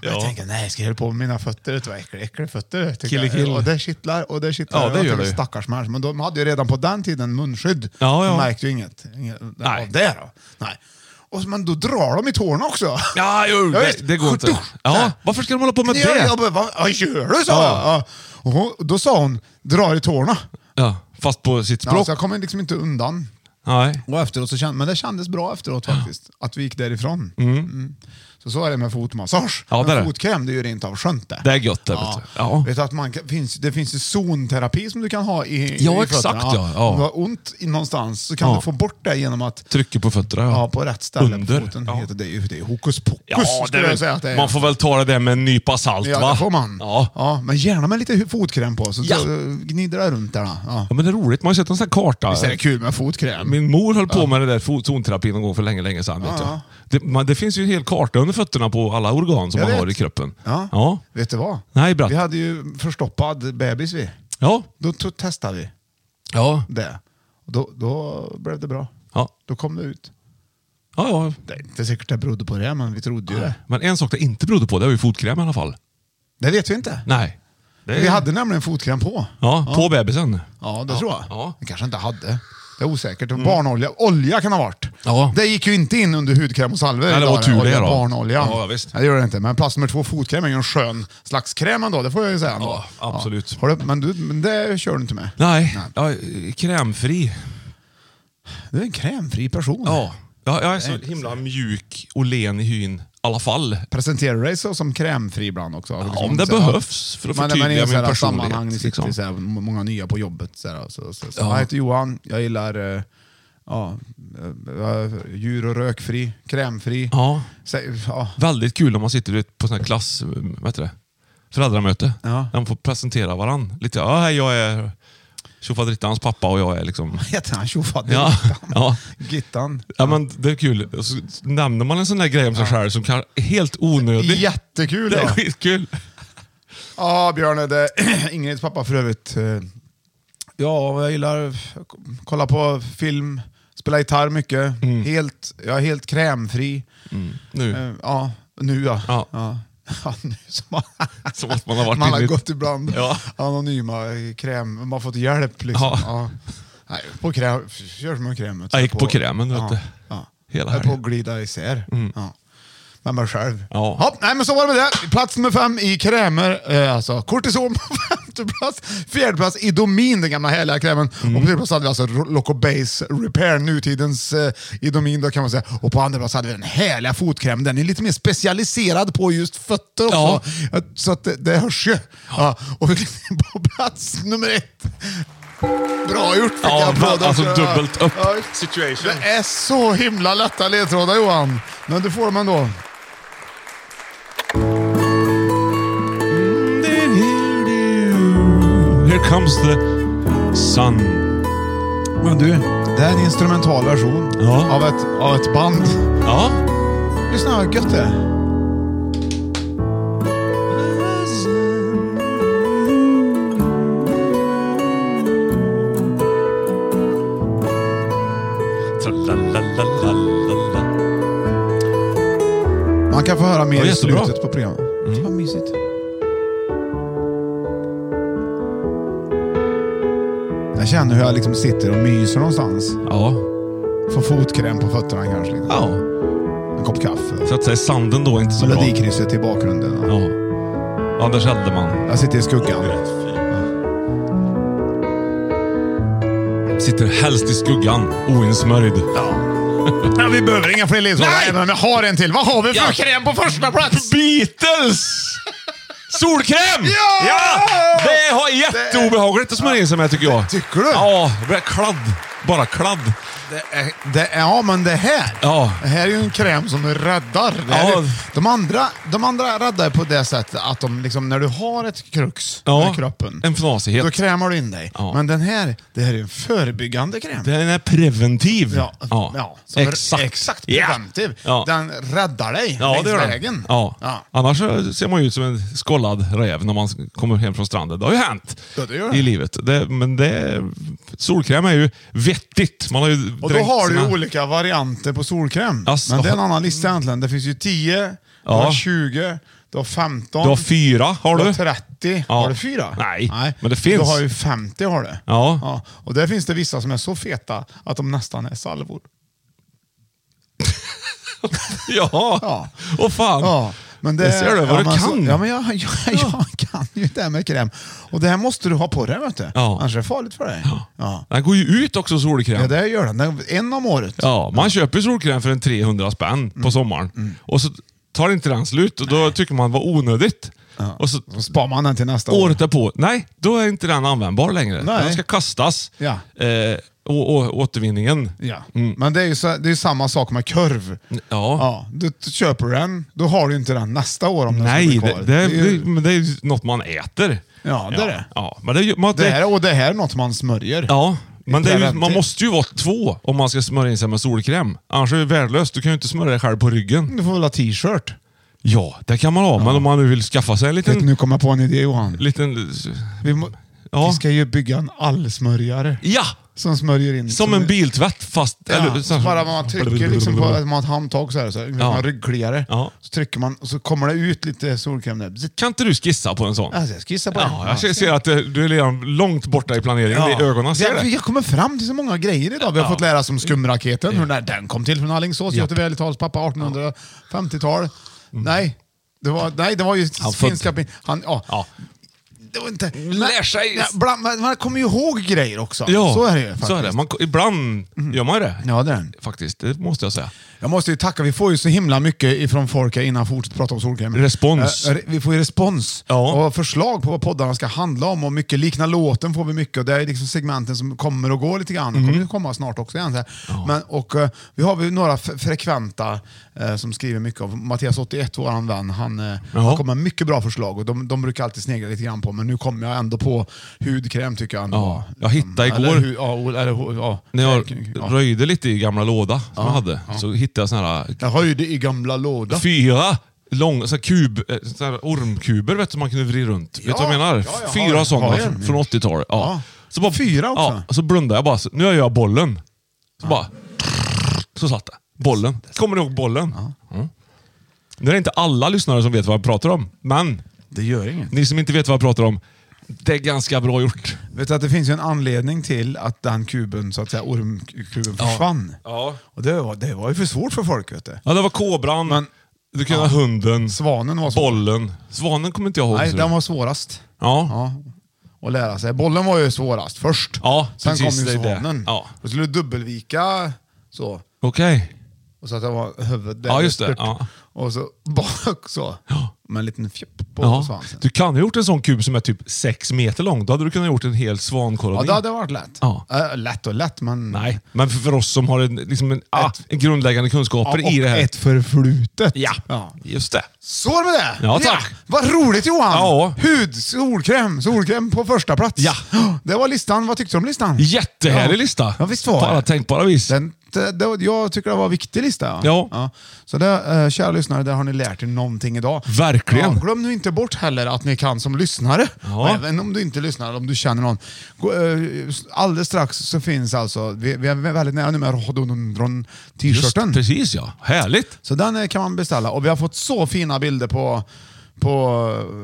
B: Jag tänker, nej, ska jag hålla på med mina fötter? Det var äckliga, äckliga fötter. tycker
A: Kille,
B: jag.
A: kille.
B: Och det kittlar och det kittlar.
A: Ja, det
B: Jag
A: gör
B: tänker,
A: det ju.
B: Stackars människor. Men de hade ju redan på den tiden munskydd.
A: Ja, ja.
B: De märkte ju inget, inget
A: Nej.
B: av det. Då. Nej. Och, så- men då drar de i tårna också.
A: Ja, jo,
B: Ja,
A: det,
B: visst.
A: det går inte. Ja, varför ska de hålla på med
B: Ja,
A: det?
B: jag bara, vad, vad gör du? sa
A: Ja.
B: jag. Ja. Och hon, då sa hon, dra i tårna.
A: Ja, fast på sitt
B: Ja,
A: språk.
B: så jag kom liksom inte undan.
A: Nej.
B: Och efteråt så känd, men det kändes bra efteråt faktiskt, att vi gick därifrån. Mm. Så så är det med fotmassage.
A: Ja, det är
B: men
A: det.
B: fotkräm, det är ju rent av skönt det.
A: Det är gött det.
B: Ja.
A: Vet du. Ja.
B: Vet du att man kan, finns, det finns ju zonterapi som du kan ha i
A: Ja,
B: i
A: exakt,
B: fötterna.
A: ja, ja.
B: Om du har ont i någonstans så kan
A: Ja.
B: du få bort det genom att
A: Trycker på fötterna.
B: ja, på rätt ställe
A: Under.
B: på foten.
A: Ja.
B: Heter det, är ju- det är ju hokus pokus
A: Ja, det
B: skulle
A: är väl-
B: jag säga att det är.
A: Man får väl ta det där med en nypa salt
B: Ja,
A: va?
B: det får man.
A: Ja.
B: Ja, men gärna med lite hu- fotkräm på, så
A: Ja.
B: så gnider det runt där. då. Ja.
A: Ja, men det är roligt. Man har sett en sån här karta.
B: Visst är det kul med fotkräm?
A: Min mor höll på med det där fot- zonterapin någon gång för länge, länge sedan. Vet
B: Ja.
A: du. Det, man, det finns ju en hel karta under fötterna på alla organ som
B: Jag
A: man har
B: vet.
A: i kroppen.
B: Ja.
A: Ja.
B: Vet du vad?
A: Nej,
B: Vi
A: bratt.
B: hade ju förstoppad bebis vi.
A: Ja.
B: Då to- testade vi
A: Ja.
B: det. Och Då, då blev det bra.
A: ja.
B: Då kom det ut.
A: Ja, ja.
B: Det är inte säkert det berodde på det, men vi trodde ju det.
A: Men en sak det inte berodde på, det var ju fotkräm i alla fall.
B: Det vet vi inte.
A: Nej. Det är-
B: Vi hade nämligen fotkräm på.
A: Ja, på bebisen.
B: Ja, det tror jag.
A: Mm. Ja.
B: Vi kanske inte hade. Det är osäkert.
A: Mm.
B: Barnolja. Olja kan ha varit.
A: Ja.
B: Det gick ju inte in under hudkräm och salvor.
A: Nej, det
B: idag,
A: var tur det
B: olja,
A: då.
B: Barnolja.
A: Ja, visst.
B: Nej, det gör det inte. Men plats nummer två, fotkräm, är ju en skön slags kräm ändå. Det får jag ju säga ändå.
A: Ja, absolut.
B: Har du, men, du, men det kör du inte med?
A: Nej, Ja, krämfri.
B: Du är en krämfri person.
A: Ja. ja jag är så himla mjuk och len i hyn i alla fall.
B: Presenterar dig så som krämfri ibland också? Liksom,
A: om det
B: så här,
A: behövs för att
B: men-
A: förtydliga
B: men i
A: min
B: så här
A: personlighet,
B: sammanhang, ni sitter
A: liksom.
B: så här, många nya på jobbet. Så här, så, så, så.
A: Ja.
B: Jag heter Johan, jag gillar eh, ja, eh, djur och rökfri, krämfri.
A: Ja.
B: Så, ja.
A: Väldigt kul om man sitter ute på sån här klass... Vad heter det? Föräldramöte.
B: Ja.
A: Där man får presentera varandra. Lite, ja, hej, jag är tjofaderittans pappa och jag är liksom...
B: Heter han tjofaderittan?
A: Ja, ja.
B: Gittan?
A: ja, men det är kul. Och Så nämner man en sån där grej om sig själv som kan är helt onödig.
B: Jättekul!
A: Det är
B: ja.
A: skitkul.
B: Ja, Björne, det är Ingrids pappa för övrigt. Eh, Ja, jag gillar att kolla på film, spela gitarr mycket.
A: Mm.
B: Helt, jag är helt krämfri.
A: Nu.
B: Eh, Ja, nu ja.
A: Ja.
B: ja. Ja, nu som man,
A: Som att man har varit
B: man har
A: inne i-
B: gått ibland
A: Ja.
B: anonyma eh, kräm, man har fått hjälp liksom.
A: Ja.
B: Ja. Nej, på kräm, kör som en kräm.
A: Jag gick på krämen, vet
B: ja.
A: du.
B: Ja.
A: Hela
B: jag är på
A: helgen.
B: att glida isär.
A: Mm.
B: Ja. Men mig själv.
A: Ja.
B: Ja, nej, men så var det med det. Plats nummer fem i krämer, eh, alltså kortison på femte plats. Fjärde plats Idomin, den gamla härliga krämen.
A: Mm.
B: Och på tredje plats hade vi alltså Ro- Loco Base Repair, nutidens eh, Idomin då kan man säga. Och på andra plats hade vi den härliga fotkrämen. Den är lite mer specialiserad på just fötter också.
A: Ja.
B: Eh, Så att det, det hörs ju. Ja. Och vi kliver in på plats nummer ett. Bra gjort! fick jag
A: Ja,
B: applåd
A: alltså
B: också.
A: dubbelt upp
B: Ja,
A: situation.
B: det är så himla lätta ledtrådar Johan. Men du får dem ändå.
A: Here comes the sun.
B: Men du, det här är en instrumental version av, ett, av ett band.
A: Ja.
B: Lyssna vad gött det är.
A: Tralalalala.
B: Man kan få höra mer
A: Ja,
B: i
A: jättebra. Mm.
B: slutet på programmet. Vad mysigt. Jag känner hur jag liksom sitter och myser någonstans.
A: Ja.
B: Får fotkräm på fötterna kanske. Liksom.
A: Ja.
B: En kopp kaffe.
A: Så att säga, sanden då är inte så bra.
B: Melodikrysset i bakgrunden.
A: Ja. Anders Eldeman.
B: Jag sitter i skuggan.
A: Sitter helst i skuggan, oinsmörjd. Ja.
B: Ja, vi behöver inga fler ledtrådar. Nej, men jag har en till. Vad har vi för kräm på första plats?
A: Beatles! Solkräm!
B: Ja!
A: Det har jätteobehagligt att smörja in sig med tycker jag.
B: Tycker du?
A: Ja, det blir kladd. Bara kladd.
B: Det är, det är, ja, men det här.
A: Ja.
B: Det här är ju en kräm som räddar. Det här
A: Ja.
B: är, de, andra, de andra räddar på det sättet att de liksom, när du har ett krux
A: Ja,
B: med kroppen,
A: en fnasighet.
B: då krämar du in dig.
A: Ja.
B: Men den här, det här är en förebyggande kräm.
A: Den är preventiv.
B: Ja,
A: ja.
B: ja. Som är
A: exakt.
B: exakt
A: Ja.
B: preventiv.
A: Ja.
B: Den räddar dig
A: Ja,
B: längs
A: det gör den.
B: vägen.
A: Ja.
B: Ja.
A: Annars så ser man ju ut som en skållad räv när man kommer hem från stranden. Det har ju hänt
B: Ja, det gör det.
A: i livet. Det, men det, solkräm är ju vettigt. Man har ju
B: Och då
A: dränkt
B: har du ju
A: sina-
B: olika varianter på solkräm.
A: Alltså.
B: Men det är en annan lista egentligen. Det finns ju 10, du har
A: Ja.
B: 20, du har 15.
A: Du har fyra, har
B: Du
A: du?
B: har 30.
A: Ja.
B: Har du fyra?
A: Nej, men det finns.
B: Du har ju 50 har du.
A: Ja.
B: Och där finns det vissa som är så feta att de nästan är salvor.
A: Ja.
B: Ja.
A: Åh fan.
B: Ja. Men det,
A: Där ser du vad du
B: men så-
A: kan.
B: ja, men jag, jag, jag kan ju det här med kräm. Och det här måste du ha på dig, vet du.
A: Ja.
B: annars är det farligt för dig. Ja.
A: Den går ju ut också, solkräm.
B: Ja, det gör den. Den- En om året.
A: Ja, man köper ju solkräm för en 300 spänn
B: Mm.
A: på sommaren. Och så tar inte den slut och då tycker man det var onödigt. Och så
B: Så sparar man den till nästa år.
A: året därpå, nej, då är inte den användbar längre.
B: Nej.
A: Den ska kastas.
B: Ja.
A: Eh, och, och återvinningen.
B: Ja.
A: Mm.
B: Men det är ju så, det är ju samma sak med kurv.
A: Ja.
B: Ja, du, du köper den, då har du inte den nästa år om den
A: Nej,
B: skulle bli
A: det,
B: kvar.
A: det, är,
B: ju-
A: det, men det är ju något man äter.
B: Ja, det är det.
A: Ja, men det, är ju- man,
B: det här, och det här är något man smörjer.
A: Ja, men det är ju,
B: Preventiv.
A: man måste ju vara två om man ska smörja in sig med solkräm. Annars är det värdelöst. Du kan ju inte smörja dig själv på ryggen.
B: Du får väl ha t-shirt.
A: Ja, det kan man ha, men om man nu vill skaffa sig en
B: Vet du,
A: liten...
B: nu kommer jag på en idé Johan.
A: liten
B: Vi, må,
A: ja.
B: vi ska ju bygga en allsmörjare.
A: ja,
B: Som smörjer in.
A: Som en biltvätt fast...
B: Ja,
A: eller-
B: så bara man trycker liksom på man har ett handtag så här, så här,
A: Ja.
B: man ryggkliar
A: Ja.
B: Så trycker man och så kommer det ut lite solkräm där. Zitt.
A: Kan inte du skissa på en sån?
B: Alltså, jag skissar på
A: ja,
B: den.
A: jag ser- ser att eh, du är redan långt borta i planeringen.
B: Ja.
A: Det är ögonen ser
B: jag,
A: det.
B: jag kommer fram till så många grejer idag. Vi har
A: Ja.
B: fått lära oss om skumraketen, hur den, den kom till från Alingsås,
A: Ja. Mm.
B: Göte Wälitalls pappa, 1850-tal. Nej, det var, nej, det var ju
A: Han född-
B: finska... pin- Han, ja. Det var inte...
A: Lär sig-
B: Nej, bland, man, man kommer ju ihåg grejer också.
A: Ja,
B: så är det ju faktiskt. Mm.
A: Så är det. Man, ibland gör man ju det.
B: Ja, det är den.
A: Faktiskt, det måste jag säga.
B: Jag måste ju tacka, vi får ju så himla mycket ifrån folk här innan vi fortsätter prata om solkräm.
A: Respons.
B: Eh, re- Vi får ju respons och förslag på vad poddarna ska handla om och mycket liknar låten får vi mycket och det är liksom segmenten som kommer och går lite grann. De
A: Mm.
B: kommer ju komma snart också igen. Så här. Men, och, eh, vi har ju några f- frekventa eh, som skriver mycket av Mattias 81, vår vän, han, eh, han kommer med mycket bra förslag och de, de brukar alltid snegla lite grann på men nu kommer jag ändå på hudkräm tycker jag. ändå. Mm.
A: Ja, jag hittade
B: Eller
A: igår-
B: hu- ja, o- eller hu- ja.
A: När jag röjde lite i gamla låda som
B: Ja,
A: jag hade
B: ja.
A: så hittade jag såna här
B: Jag höjde i gamla låda.
A: fyra långa så här kub, eh, så här ormkuber vet du, som man kunde vrida runt. vet du vad jag menar?
B: ja,
A: fyra
B: har-
A: sådana
B: har jag en.
A: från 80-talet. Ja. Så bara,
B: Fyra också?
A: Ja, och så blundade jag bara. Så, nu gör jag bollen. Så bara... Så satt det. Bollen. Kommer du ihåg bollen? Mm. Nu är det inte alla lyssnare som vet vad jag pratar om, men...
B: Det gör inget.
A: Ni som inte vet vad jag pratar om, det är ganska bra gjort.
B: Vet du att det finns ju en anledning till att den kuben, så att säga, ormkuben
A: Ja.
B: försvann.
A: Ja.
B: Och det var, det var ju för svårt för folk. Vet du.
A: Ja, det var kobran. du kunde
B: ja.
A: ha hunden.
B: Svanen var svår.
A: Bollen. Svanen kommer inte jag ihåg.
B: Nej,
A: så
B: den
A: det-
B: var svårast
A: Ja.
B: att lära sig. Bollen var ju svårast först.
A: Ja,
B: Sen kom ju
A: precis, det är det.
B: svanen.
A: Ja.
B: Då skulle du dubbelvika så.
A: Okej.
B: Och så att det var huvudet där.
A: Ja, just det.
B: Stört.
A: Ja.
B: Och så bak så. Med en liten fjupp på
A: Ja.
B: svansen.
A: Du kan ha gjort en sån kub som är typ sex meter lång. Då hade du kunnat gjort en hel svankoloni.
B: Ja, det hade varit lätt.
A: Ja.
B: Äh, lätt och lätt, men...
A: Nej, men för, för oss som har en, liksom en, ah, en grundläggande kunskaper
B: Ja, och
A: i det här.
B: ett förflutet.
A: Ja, just det.
B: Så är det med det!
A: Ja, tack.
B: Vad roligt Johan!
A: Ja.
B: Hud, solkräm, solkräm på första plats.
A: Ja.
B: Det var listan. Vad tyckte du om listan?
A: Jättehärlig
B: Ja.
A: lista.
B: Ja, visst var
A: På alla
B: det.
A: tänkbara vis.
B: Den, det, det, jag tycker det var en viktig lista. Ja.
A: Ja.
B: Så det, eh, kära lyssnare, där har ni lärt er någonting idag.
A: Verkligen.
B: Ja, glöm nu inte bort heller att ni kan som lyssnare,
A: Ja.
B: även om du inte lyssnar, om du känner någon. Gå, eh, alldeles strax så finns alltså, vi, vi är väldigt nära nu med Rhododendron t-shirten.
A: Just, precis ja. Härligt.
B: Så den eh, kan man beställa. Och vi har fått så fina bilder på, på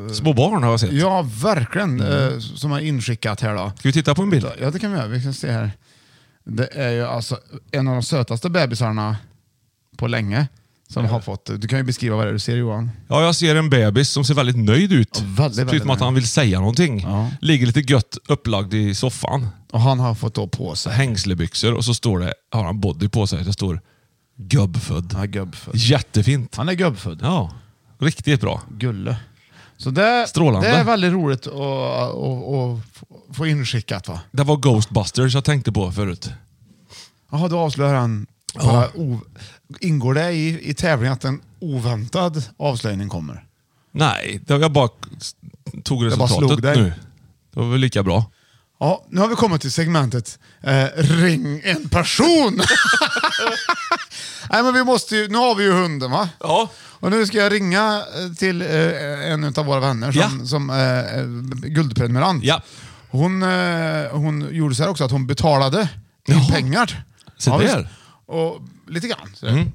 B: eh,
A: Små barn har jag sett.
B: Ja, verkligen. eh, Som har inskickat här då.
A: Ska vi titta på en bild?
B: Ja, det kan vi göra. Vi kan se här. Det är ju alltså en av de sötaste bebisarna på länge. Som har fått, du kan ju beskriva vad det är du ser Johan.
A: Ja, jag ser en bebis som ser väldigt nöjd ut.
B: väldigt,
A: ser ut
B: väldigt
A: som att han
B: nöjd.
A: vill säga någonting. Ligger lite gött upplagd i soffan.
B: Och han har fått då på sig.
A: Hängslebyxor och så står det, har han body på sig. Det står gubbfödd.
B: Ja, gubbfödd.
A: Jättefint.
B: Han är gubbfödd.
A: Ja, riktigt bra.
B: Gulle. Så det,
A: Strålande.
B: det är väldigt roligt att, att, att få- få inskickat va?
A: Det var Ghostbusters jag tänkte på förut.
B: Jaha, då avslöjar han. Bara o- ingår det i, i tävlingen att en oväntad avslöjning kommer?
A: Nej, det, jag bara s- tog
B: bara
A: resultatet
B: slog dig.
A: nu. Det var väl lika bra.
B: Ja, nu har vi kommit till segmentet eh, Ring en person. Nej, men vi måste ju, nu har vi ju hunden va?
A: Ja.
B: Och nu ska jag ringa eh, till eh, en av våra vänner som,
A: Ja.
B: som eh, eh, guldprenumerant.
A: Ja.
B: Hon, eh, hon gjorde så här också att hon betalade in pengar.
A: Se
B: visst.
A: där.
B: Och lite grann. Så.
A: Mm.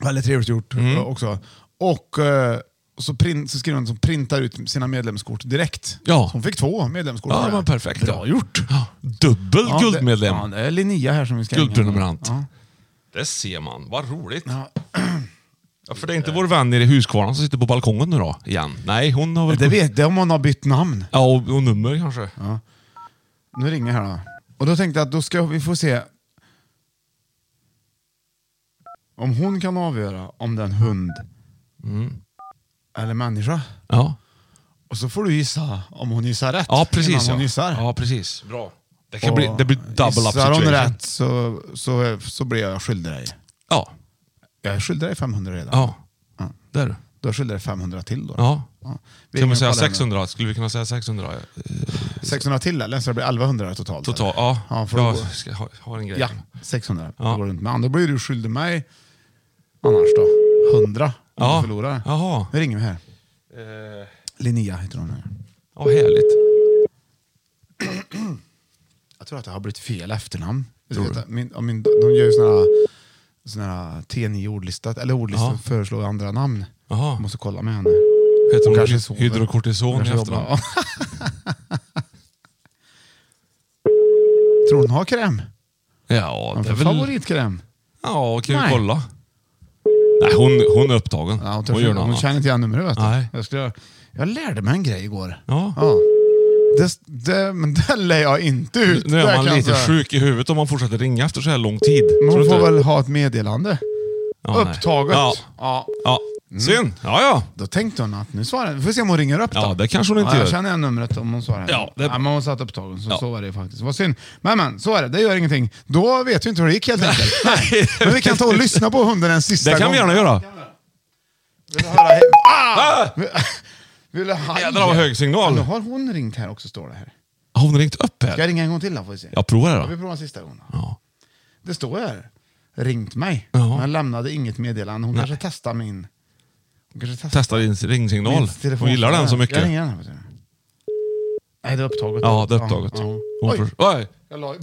B: Väldigt trevligt gjort eh, också. Och eh, så, print, så skriver hon som printar ut sina medlemskort direkt.
A: Ja.
B: Så hon fick två medlemskort.
A: Ja,
B: för det.
A: men perfekt.
B: Bra gjort.
A: Dubbel
B: Ja,
A: guldmedlem.
B: Det, ja, det är Linnea här som vi ska ringa.
A: Guldprenumerant.
B: Ja.
A: Det ser man. Vad roligt.
B: Ja.
A: Ja, för det är inte vår vän nere i Huskvarna som sitter på balkongen nu då? Igen. Nej, hon har väl...
B: Det vet jag om hon har bytt namn.
A: Ja, och, och nummer kanske.
B: Nu ringer jag här då. Och då tänkte jag att då ska vi få se om hon kan avgöra om det är en hund
A: Mm.
B: eller människa.
A: Ja,
B: Och så får du gissa om hon gissar rätt
A: ja precis.
B: innan
A: Ja.
B: hon gissar.
A: ja, precis. Bra. Det, kan
B: Och
A: bli, det blir double up
B: Gissar
A: situation.
B: hon rätt så, så, så blir jag skyldig dig.
A: Ja.
B: Jag är skyldig dig 500 redan.
A: Ja. Där. är du.
B: Du är skyldig dig 500 till då.
A: Ja.
B: Vi
A: Ska man
B: ringer
A: säga
B: och kollar nu.
A: 600? Skulle vi kunna säga 600? Eh,
B: 600 till eller? Så det blir 1100 totalt?
A: Totalt,
B: eller?
A: ja.
B: för då
A: jag
B: går-
A: ska, ha, har en grej.
B: Ja, 600.
A: Ja.
B: Det går runt med. Annars blir du skyldig mig annars då. 100 om
A: Ja.
B: du förlorar.
A: Jaha.
B: Nu ringer vi här.
A: Eh,
B: Linnea heter hon. här.
A: Ja, härligt.
B: Jag tror att det har blivit fel efternamn.
K: Tror du?
B: Min, ja, min, de gör ju såna här, såna här T9-ordlista, eller ordlista,
A: Ja.
B: föreslår andra namn.
A: Aha.
B: Måste kolla med henne.
A: Heter hon
B: kanske
A: hy-
B: sover.
A: hydrokortison
B: Kanske
A: i
B: jobbar.
A: efternamn?
B: Tror hon har kräm?
A: Ja,
B: Hon
A: det
B: för
A: är väl...
B: favoritkräm?
A: Ja, kan vi
B: Nej.
A: kolla? Nej, hon, hon är upptagen.
B: Hon,
A: hon,
B: tror-
A: gör något
B: hon
A: annat.
B: känner inte igen numret vet du.
A: Nej.
B: Jag, skulle, jag lärde mig en grej igår.
A: Ja.
B: Det, det, men det lär jag inte ut.
A: Nu
B: det
A: är
B: kan
A: man
B: jag
A: lite
B: säga.
A: sjuk i huvudet om man fortsätter ringa efter så här lång tid.
B: Men
A: Tror
B: hon
A: du
B: får
A: inte?
B: väl ha ett meddelande.
A: Ja, nej.
B: Upptaget. Mm.
A: Ja.
B: Ja.
A: Ja. Synd. Ja, ja.
B: Då tänkte hon att nu svarar Vi får se om hon ringer upp då.
A: Ja, det kanske hon inte
B: ja,
A: gör.
B: Jag känner igen numret om hon svarar.
A: Ja, det-
B: det... men hon satt upptagen, så,
A: Ja.
B: så var det faktiskt. Vad synd. Men, men, så är det. Det gör ingenting. Då vet vi inte hur det gick helt enkelt. Nej. Men vi kan ta och lyssna på hunden en sista
A: Det
B: gång.
A: kan vi gärna göra.
B: Vill du höra? he- Ah! Vill du ha...
A: Jädrar Ah. vad hög signal.
B: Nu har hon ringt här också, står det här.
A: Har hon ringt upp
B: Ska jag
A: här?
B: ringa en gång till då? Får vi se.
A: Jag provar det då.
B: vi provar en sista gång. då.
A: Ja.
B: Det står här. Ringt mig.
A: Ja.
B: Men lämnade inget meddelande. Hon
A: Nej.
B: kanske testar min... Hon kanske testar
A: Testa din ringsignal.
B: min telefon.
A: Hon gillar den så
B: Jag
A: mycket.
B: ringer den. här, får vi se. Nej, det är upptaget.
A: Ja, det är upptaget.
B: Ja, ja.
A: Hon
B: Oj!
A: för- Oj!
B: Jag la ju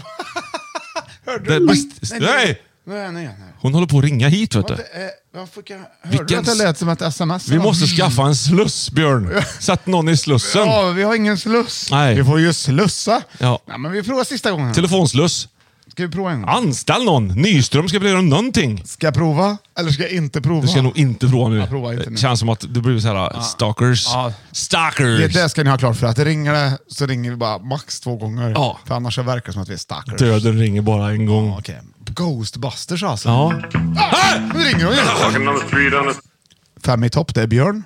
B: Hörde
A: Det-
B: du?
A: Psst, psst, nej!
B: Nu är jag nöjd här.
A: Hon håller på att ringa hit vet
B: Vad
A: du.
B: det är- vad fick jag- Hörde du
A: Vilken
B: att det lät som ett sms?
A: Vi måste skaffa en sluss, Björn. Sätt någon i slussen.
B: Ja, vi har ingen sluss.
A: Nej.
B: Vi får ju slussa.
A: Ja.
B: Nej, men vi provar sista gången.
A: Telefonsluss.
B: Ska vi prova en gång?
A: Anställ någon! Nyström ska väl göra någonting?
B: Ska jag prova eller ska jag inte prova?
A: Du ska nog inte prova nu.
B: Jag provar inte nu.
A: Det känns som att du blir såhär, stalkers.
B: Ja.
A: Stalkers!
B: Det, det ska ni ha klart för att ringer det så ringer vi bara max två gånger.
A: Ja.
B: För annars så verkar det som att vi är stackars.
A: Döden ringer bara en gång.
B: Okej. Ghostbusters alltså.
A: Ja.
B: Ah! Nu ringer hon ju. Fem i topp, det är Björn.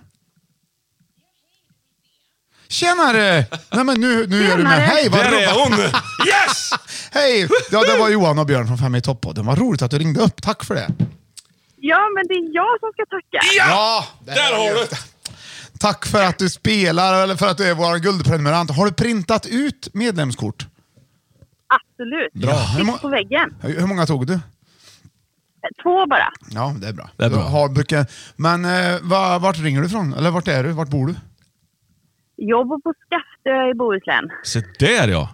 B: Tjenare! Nej men nu, nu gör du med. Hej, vad
A: Där är
B: roligt.
A: hon! Yes!
B: Hej! Ja, det var Johan och Björn från Fem i topp. Det var roligt att du ringde upp. Tack för det.
L: Ja, men det är jag som ska tacka.
B: Ja!
A: Där har du!
B: Tack för att du spelar, eller för att du är vår guldprenumerant. Har du printat ut medlemskort?
L: Absolut.
B: Bra. Hur må-
L: Sitt på väggen.
B: Hur hur många tog du?
L: Två bara.
B: Ja, det är bra.
A: Det är bra.
B: Du Har, brukar, men eh, va- vart ringer du ifrån? Eller vart är du? Vart bor du?
L: Jag bor på Skaftö i Bohuslän.
A: Se där ja!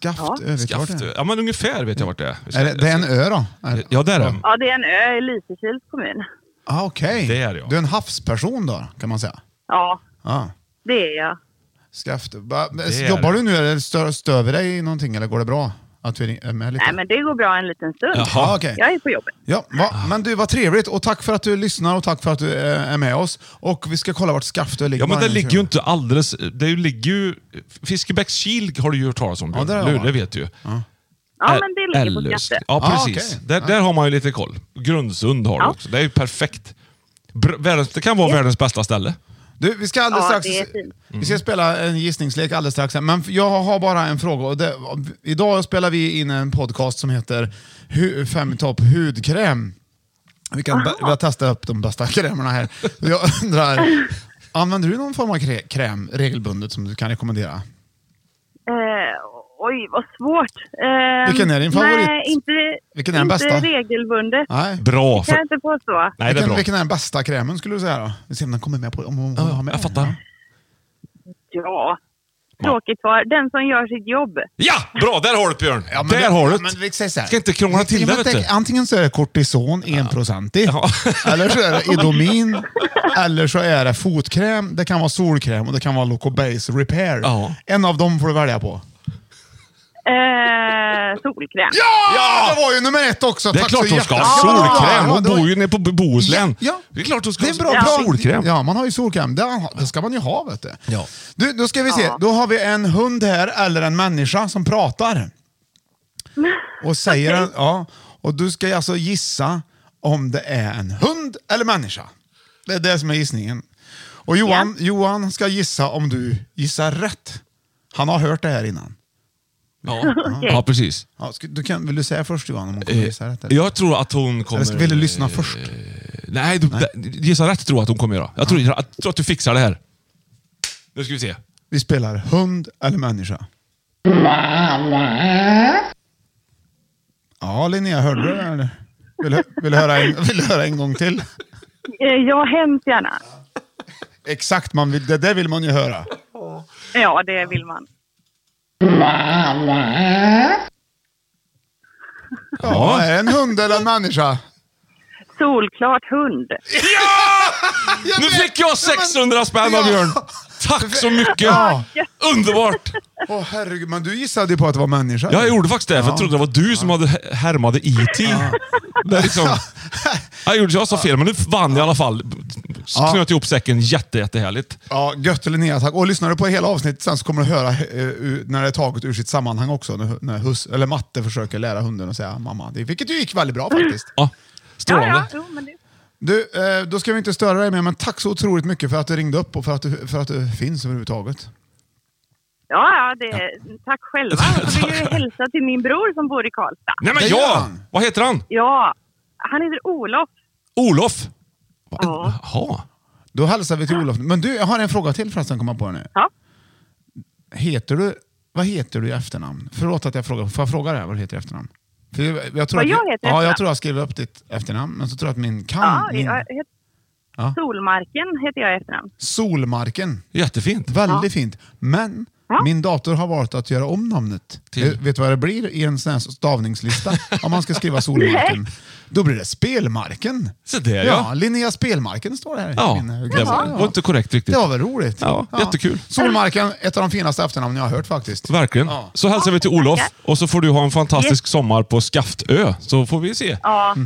B: Skaftö, vet du vart det
A: Skaftö. Ja men ungefär vet jag vart det är. Vi ska-
B: är? är det, det är en ö då? Är-
A: Ja, där är den.
L: Ja, det är en ö i Lysekils kommun.
B: Ah, Okej.
A: Det är jag.
B: Du är en havsperson då, kan man säga?
L: Ja,
B: Ah.
L: det är jag.
B: Skaftö. Va- men
A: Det är
B: Jobbar du nu eller stör, stör vi dig i någonting eller går det bra? Att vi ring- är med lite?
L: Nej, men det går bra en liten stund.
B: Jaha, okej.
L: Jag är på jobbet.
B: Ja, va? men du, vad trevligt. Och tack för att du lyssnar och tack för att du eh, är med oss. Och vi ska kolla vart Skaftö ligger.
A: Ja men
B: Bara
A: det
B: en-
A: ligger ju inte alldeles... Det ligger ju... Fiskebäckskil har du ju hört talas om
B: Ja,
A: Björn.
B: där har
A: det,
B: man.
A: det vet du ju. Ja.
L: Ja, men det ligger på
A: Ellöst.
L: Skaftö.
A: Ja,
B: Ah,
A: precis.
B: okej.
A: där, där har man ju lite koll. Grundsund har du
L: Ja.
A: också. Det är ju perfekt. Br- världens, det kan vara världens bästa ställe.
B: Du, vi ska alldeles
L: Ja,
B: strax...
L: det är fint.
B: Vi
A: Mm.
B: ska spela en gissningslek alldeles strax, här, men jag har bara en fråga. Och det, idag spelar vi in en podcast som heter Hu- Fem i topp hudkräm. Vi, kan, vi har testat upp de bästa krämerna här. Jag undrar, använder du någon form av krä- kräm regelbundet som du kan rekommendera?
L: Eh, oj, vad svårt. Eh,
B: Vilken är
L: Nej,
B: din favorit?
L: inte,
B: Vilken är den
L: inte
B: bästa?
L: regelbundet.
B: Nej.
A: Bra.
L: Kan
A: För,
L: jag inte påstå.
A: nej, det är
B: vilken,
A: bra.
B: vilken är den bästa krämen skulle du säga då? Vi ser om den kommer med på... Om hon
A: Ja,
B: har med
A: jag
B: den.
A: fattar.
L: Ja, tråkigt svar. Den som gör sitt jobb.
A: Ja, bra! Där har du det, Björn.
B: Ja, men
A: där har du
B: ja,
A: det.
B: men vi säger så här.
A: Ska inte krångla till
B: Ja,
A: det,
B: men
A: vet
B: tänk,
A: du.
B: Antingen så är det kortison, enprocentig.
A: Ja.
B: Eller så är det Idomin. eller så är det fotkräm, det kan vara solkräm och det kan vara Locobase Repair.
A: Ja.
B: En av dem får du välja på.
L: Eh, solkräm.
B: Ja! Det var ju nummer ett också.
A: Det är
B: Tack
A: klart
B: så
A: hon ska ha
B: jättemycket.
A: solkräm.
B: Ja,
A: Hon
B: det var-
A: bor ju nere på Bohuslän.
B: Ja.
A: Alltså, Det är klart hon ska
B: Det är en bra
A: ha
B: plan.
A: solkräm.
B: Ja, man har ju solkräm. Det, har- det ska man ju ha, vet du.
A: Ja.
B: du då ska vi se.
L: Ja.
B: Då har vi en hund här, eller en människa, som pratar. Och säger en, ja. Och du ska alltså gissa om det är en hund eller människa. Det är det som är gissningen. Och Johan, Johan ska gissa om du gissar rätt. Han har hört det här innan.
A: Ja. ja, precis.
B: Ja, ska, du kan, vill du säga först Johan om hon kommer
A: Eh,
B: gissa rätt? Eller?
A: Jag tror att hon kommer...
B: eller ska, vill du lyssna först?
A: Nej, du,
B: Nej.
A: d- gissa rätt tror jag att hon kommer göra. Jag tror, jag, tror att du fixar det här. Nu ska vi se.
B: Vi spelar hund eller människa. Ja, Linnea, hörde du det? eller? Vill, du- vill, du höra en, vill du höra en gång till?
L: Eh, ja, hemskt gärna.
B: Exakt, man vill, det där vill man ju höra.
L: Ja, det vill man.
B: Ja, är det en hund eller en människa?
L: Solklart hund.
A: Nu fick jag 600 spänn av Björn. Tack så mycket. Underbart.
B: Åh herregud, men du gissade ju på att det var människa.
A: Jag gjorde faktiskt det, för jag trodde det var du som hade här- härmade IT. Det är liksom, jag, gjorde, jag sa fel, men nu vann jag i alla fall.
B: Ja.
A: Knöt ihop säcken jätte, jättehärligt.
B: Ja, gött eller nej tack. Och lyssnar du på hela avsnittet sen så kommer du höra eh, ur- när det är taget ur sitt sammanhang också. När, när hus, eller matte försöker lära hunden att säga mamma. Det, vilket ju gick väldigt bra faktiskt.
A: Ja,
B: strålande.
L: jo, men det...
B: Du, eh, då ska vi inte störa dig mer, men tack så otroligt mycket för att du ringde upp och för att du, för att du finns överhuvudtaget.
L: Ja, ja, det... tack själva. Jag vill ju hälsa till min bror som bor i Karlstad.
A: Nej men
L: Det gör
A: ja!
L: han.
A: Vad heter han?
L: Ja, han heter Olof.
A: Olof.
L: Ja.
A: Jaha.
B: Då hälsar vi till Olof. Men du, jag har en fråga till förresten, kom jag på nu.
L: Ja.
B: Heter du, vad heter du i efternamn? Förlåt att jag frågar, får jag fråga dig vad du heter i efternamn? För jag, jag tror
L: Vad
B: att,
L: jag heter i
B: Ja,
L: efternamn?
B: jag tror jag skrev upp ditt efternamn, men så tror jag att min kan...
L: Ja,
B: Ah, min,
L: jag heter...
B: Ja.
L: Solmarken heter jag i efternamn.
B: Solmarken.
A: Jättefint.
B: Väldigt
L: Ja.
B: fint. Men min dator har valt att göra om namnet. Eh, Vet du vad det blir i en sån här stavningslista? Om man ska skriva Solmarken.
A: Nej.
B: Då blir det Spelmarken.
A: Så där, ja.
B: ja. Linnea Spelmarken står det här. i
A: Ja,
B: min, eh,
A: det var,
B: ja.
A: var inte korrekt riktigt.
B: Det var väl roligt?
A: Ja, jättekul.
B: Solmarken, ett av de finaste efternamn jag har hört faktiskt.
A: Verkligen. Så hälsar vi till Olof och så får du ha en fantastisk sommar på Skaftö. Så får vi se
L: Ja.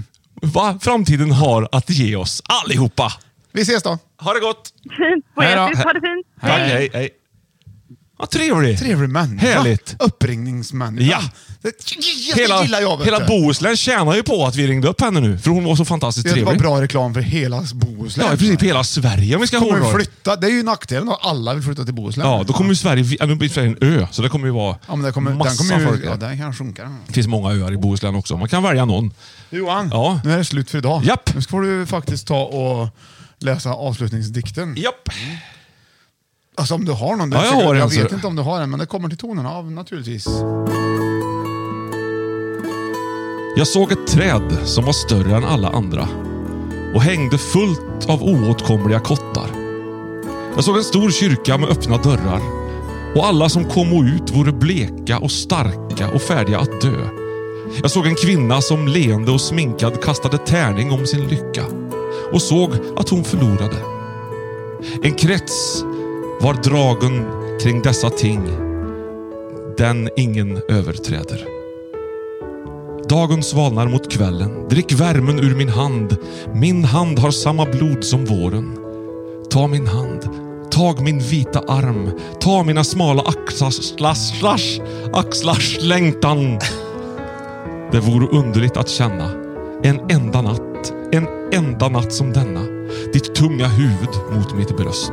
A: vad framtiden har att ge oss allihopa.
B: Vi ses då.
A: Ha det gott!
L: Fint. Poetiskt. Ha det fint.
A: Tack, hej, hej. Vad trevlig.
B: Trevlig människa.
A: Härligt.
B: Uppringningsmänniska.
A: Ja.
B: Det
A: Hela,
B: gillar jag. vet
A: hela
B: du.
A: Bohuslän tjänar ju på att vi ringde upp henne nu, för hon var så fantastiskt
B: Det var
A: trevlig.
B: bra reklam för hela Bohuslän.
A: Ja, i princip hela Sverige om vi ska ha
B: kommer vi
A: hårdra det.
B: flytta. Det är ju nackdelen att alla vill flytta till Bohuslän.
A: Ja, då kommer ju Sverige... ja, Nu blir Sverige en ö, så det kommer ju vara
B: Ja, men det kommer, den
A: massa
B: kommer ju,
A: folk
B: ja,
A: där.
B: den kan sjunka.
A: Det finns många öar i Bohuslän också. Man kan välja någon.
B: Johan,
A: Ja.
B: nu är det slut för idag.
A: Japp.
B: Nu får du faktiskt ta och läsa avslutningsdikten.
A: Japp.
B: Alltså om du har någon.
A: Ja, jag har en,
B: jag
A: så-
B: vet inte om du har en, men det kommer till tonerna av naturligtvis.
A: Jag såg ett träd som var större än alla andra och hängde fullt av oåtkomliga kottar. Jag såg en stor kyrka med öppna dörrar och alla som kom och ut vore bleka och starka och färdiga att dö. Jag såg en kvinna som leende och sminkad kastade tärning om sin lycka och såg att hon förlorade. En krets var dragen kring dessa ting, den ingen överträder. Dagen svalnar mot kvällen. Drick värmen ur min hand. Min hand har samma blod som våren. Ta min hand. Tag min vita arm. Ta mina smala axlars, slash, slash, axlars längtan. Det vore underligt att känna en enda natt, en enda natt som denna. Ditt tunga huvud mot mitt bröst.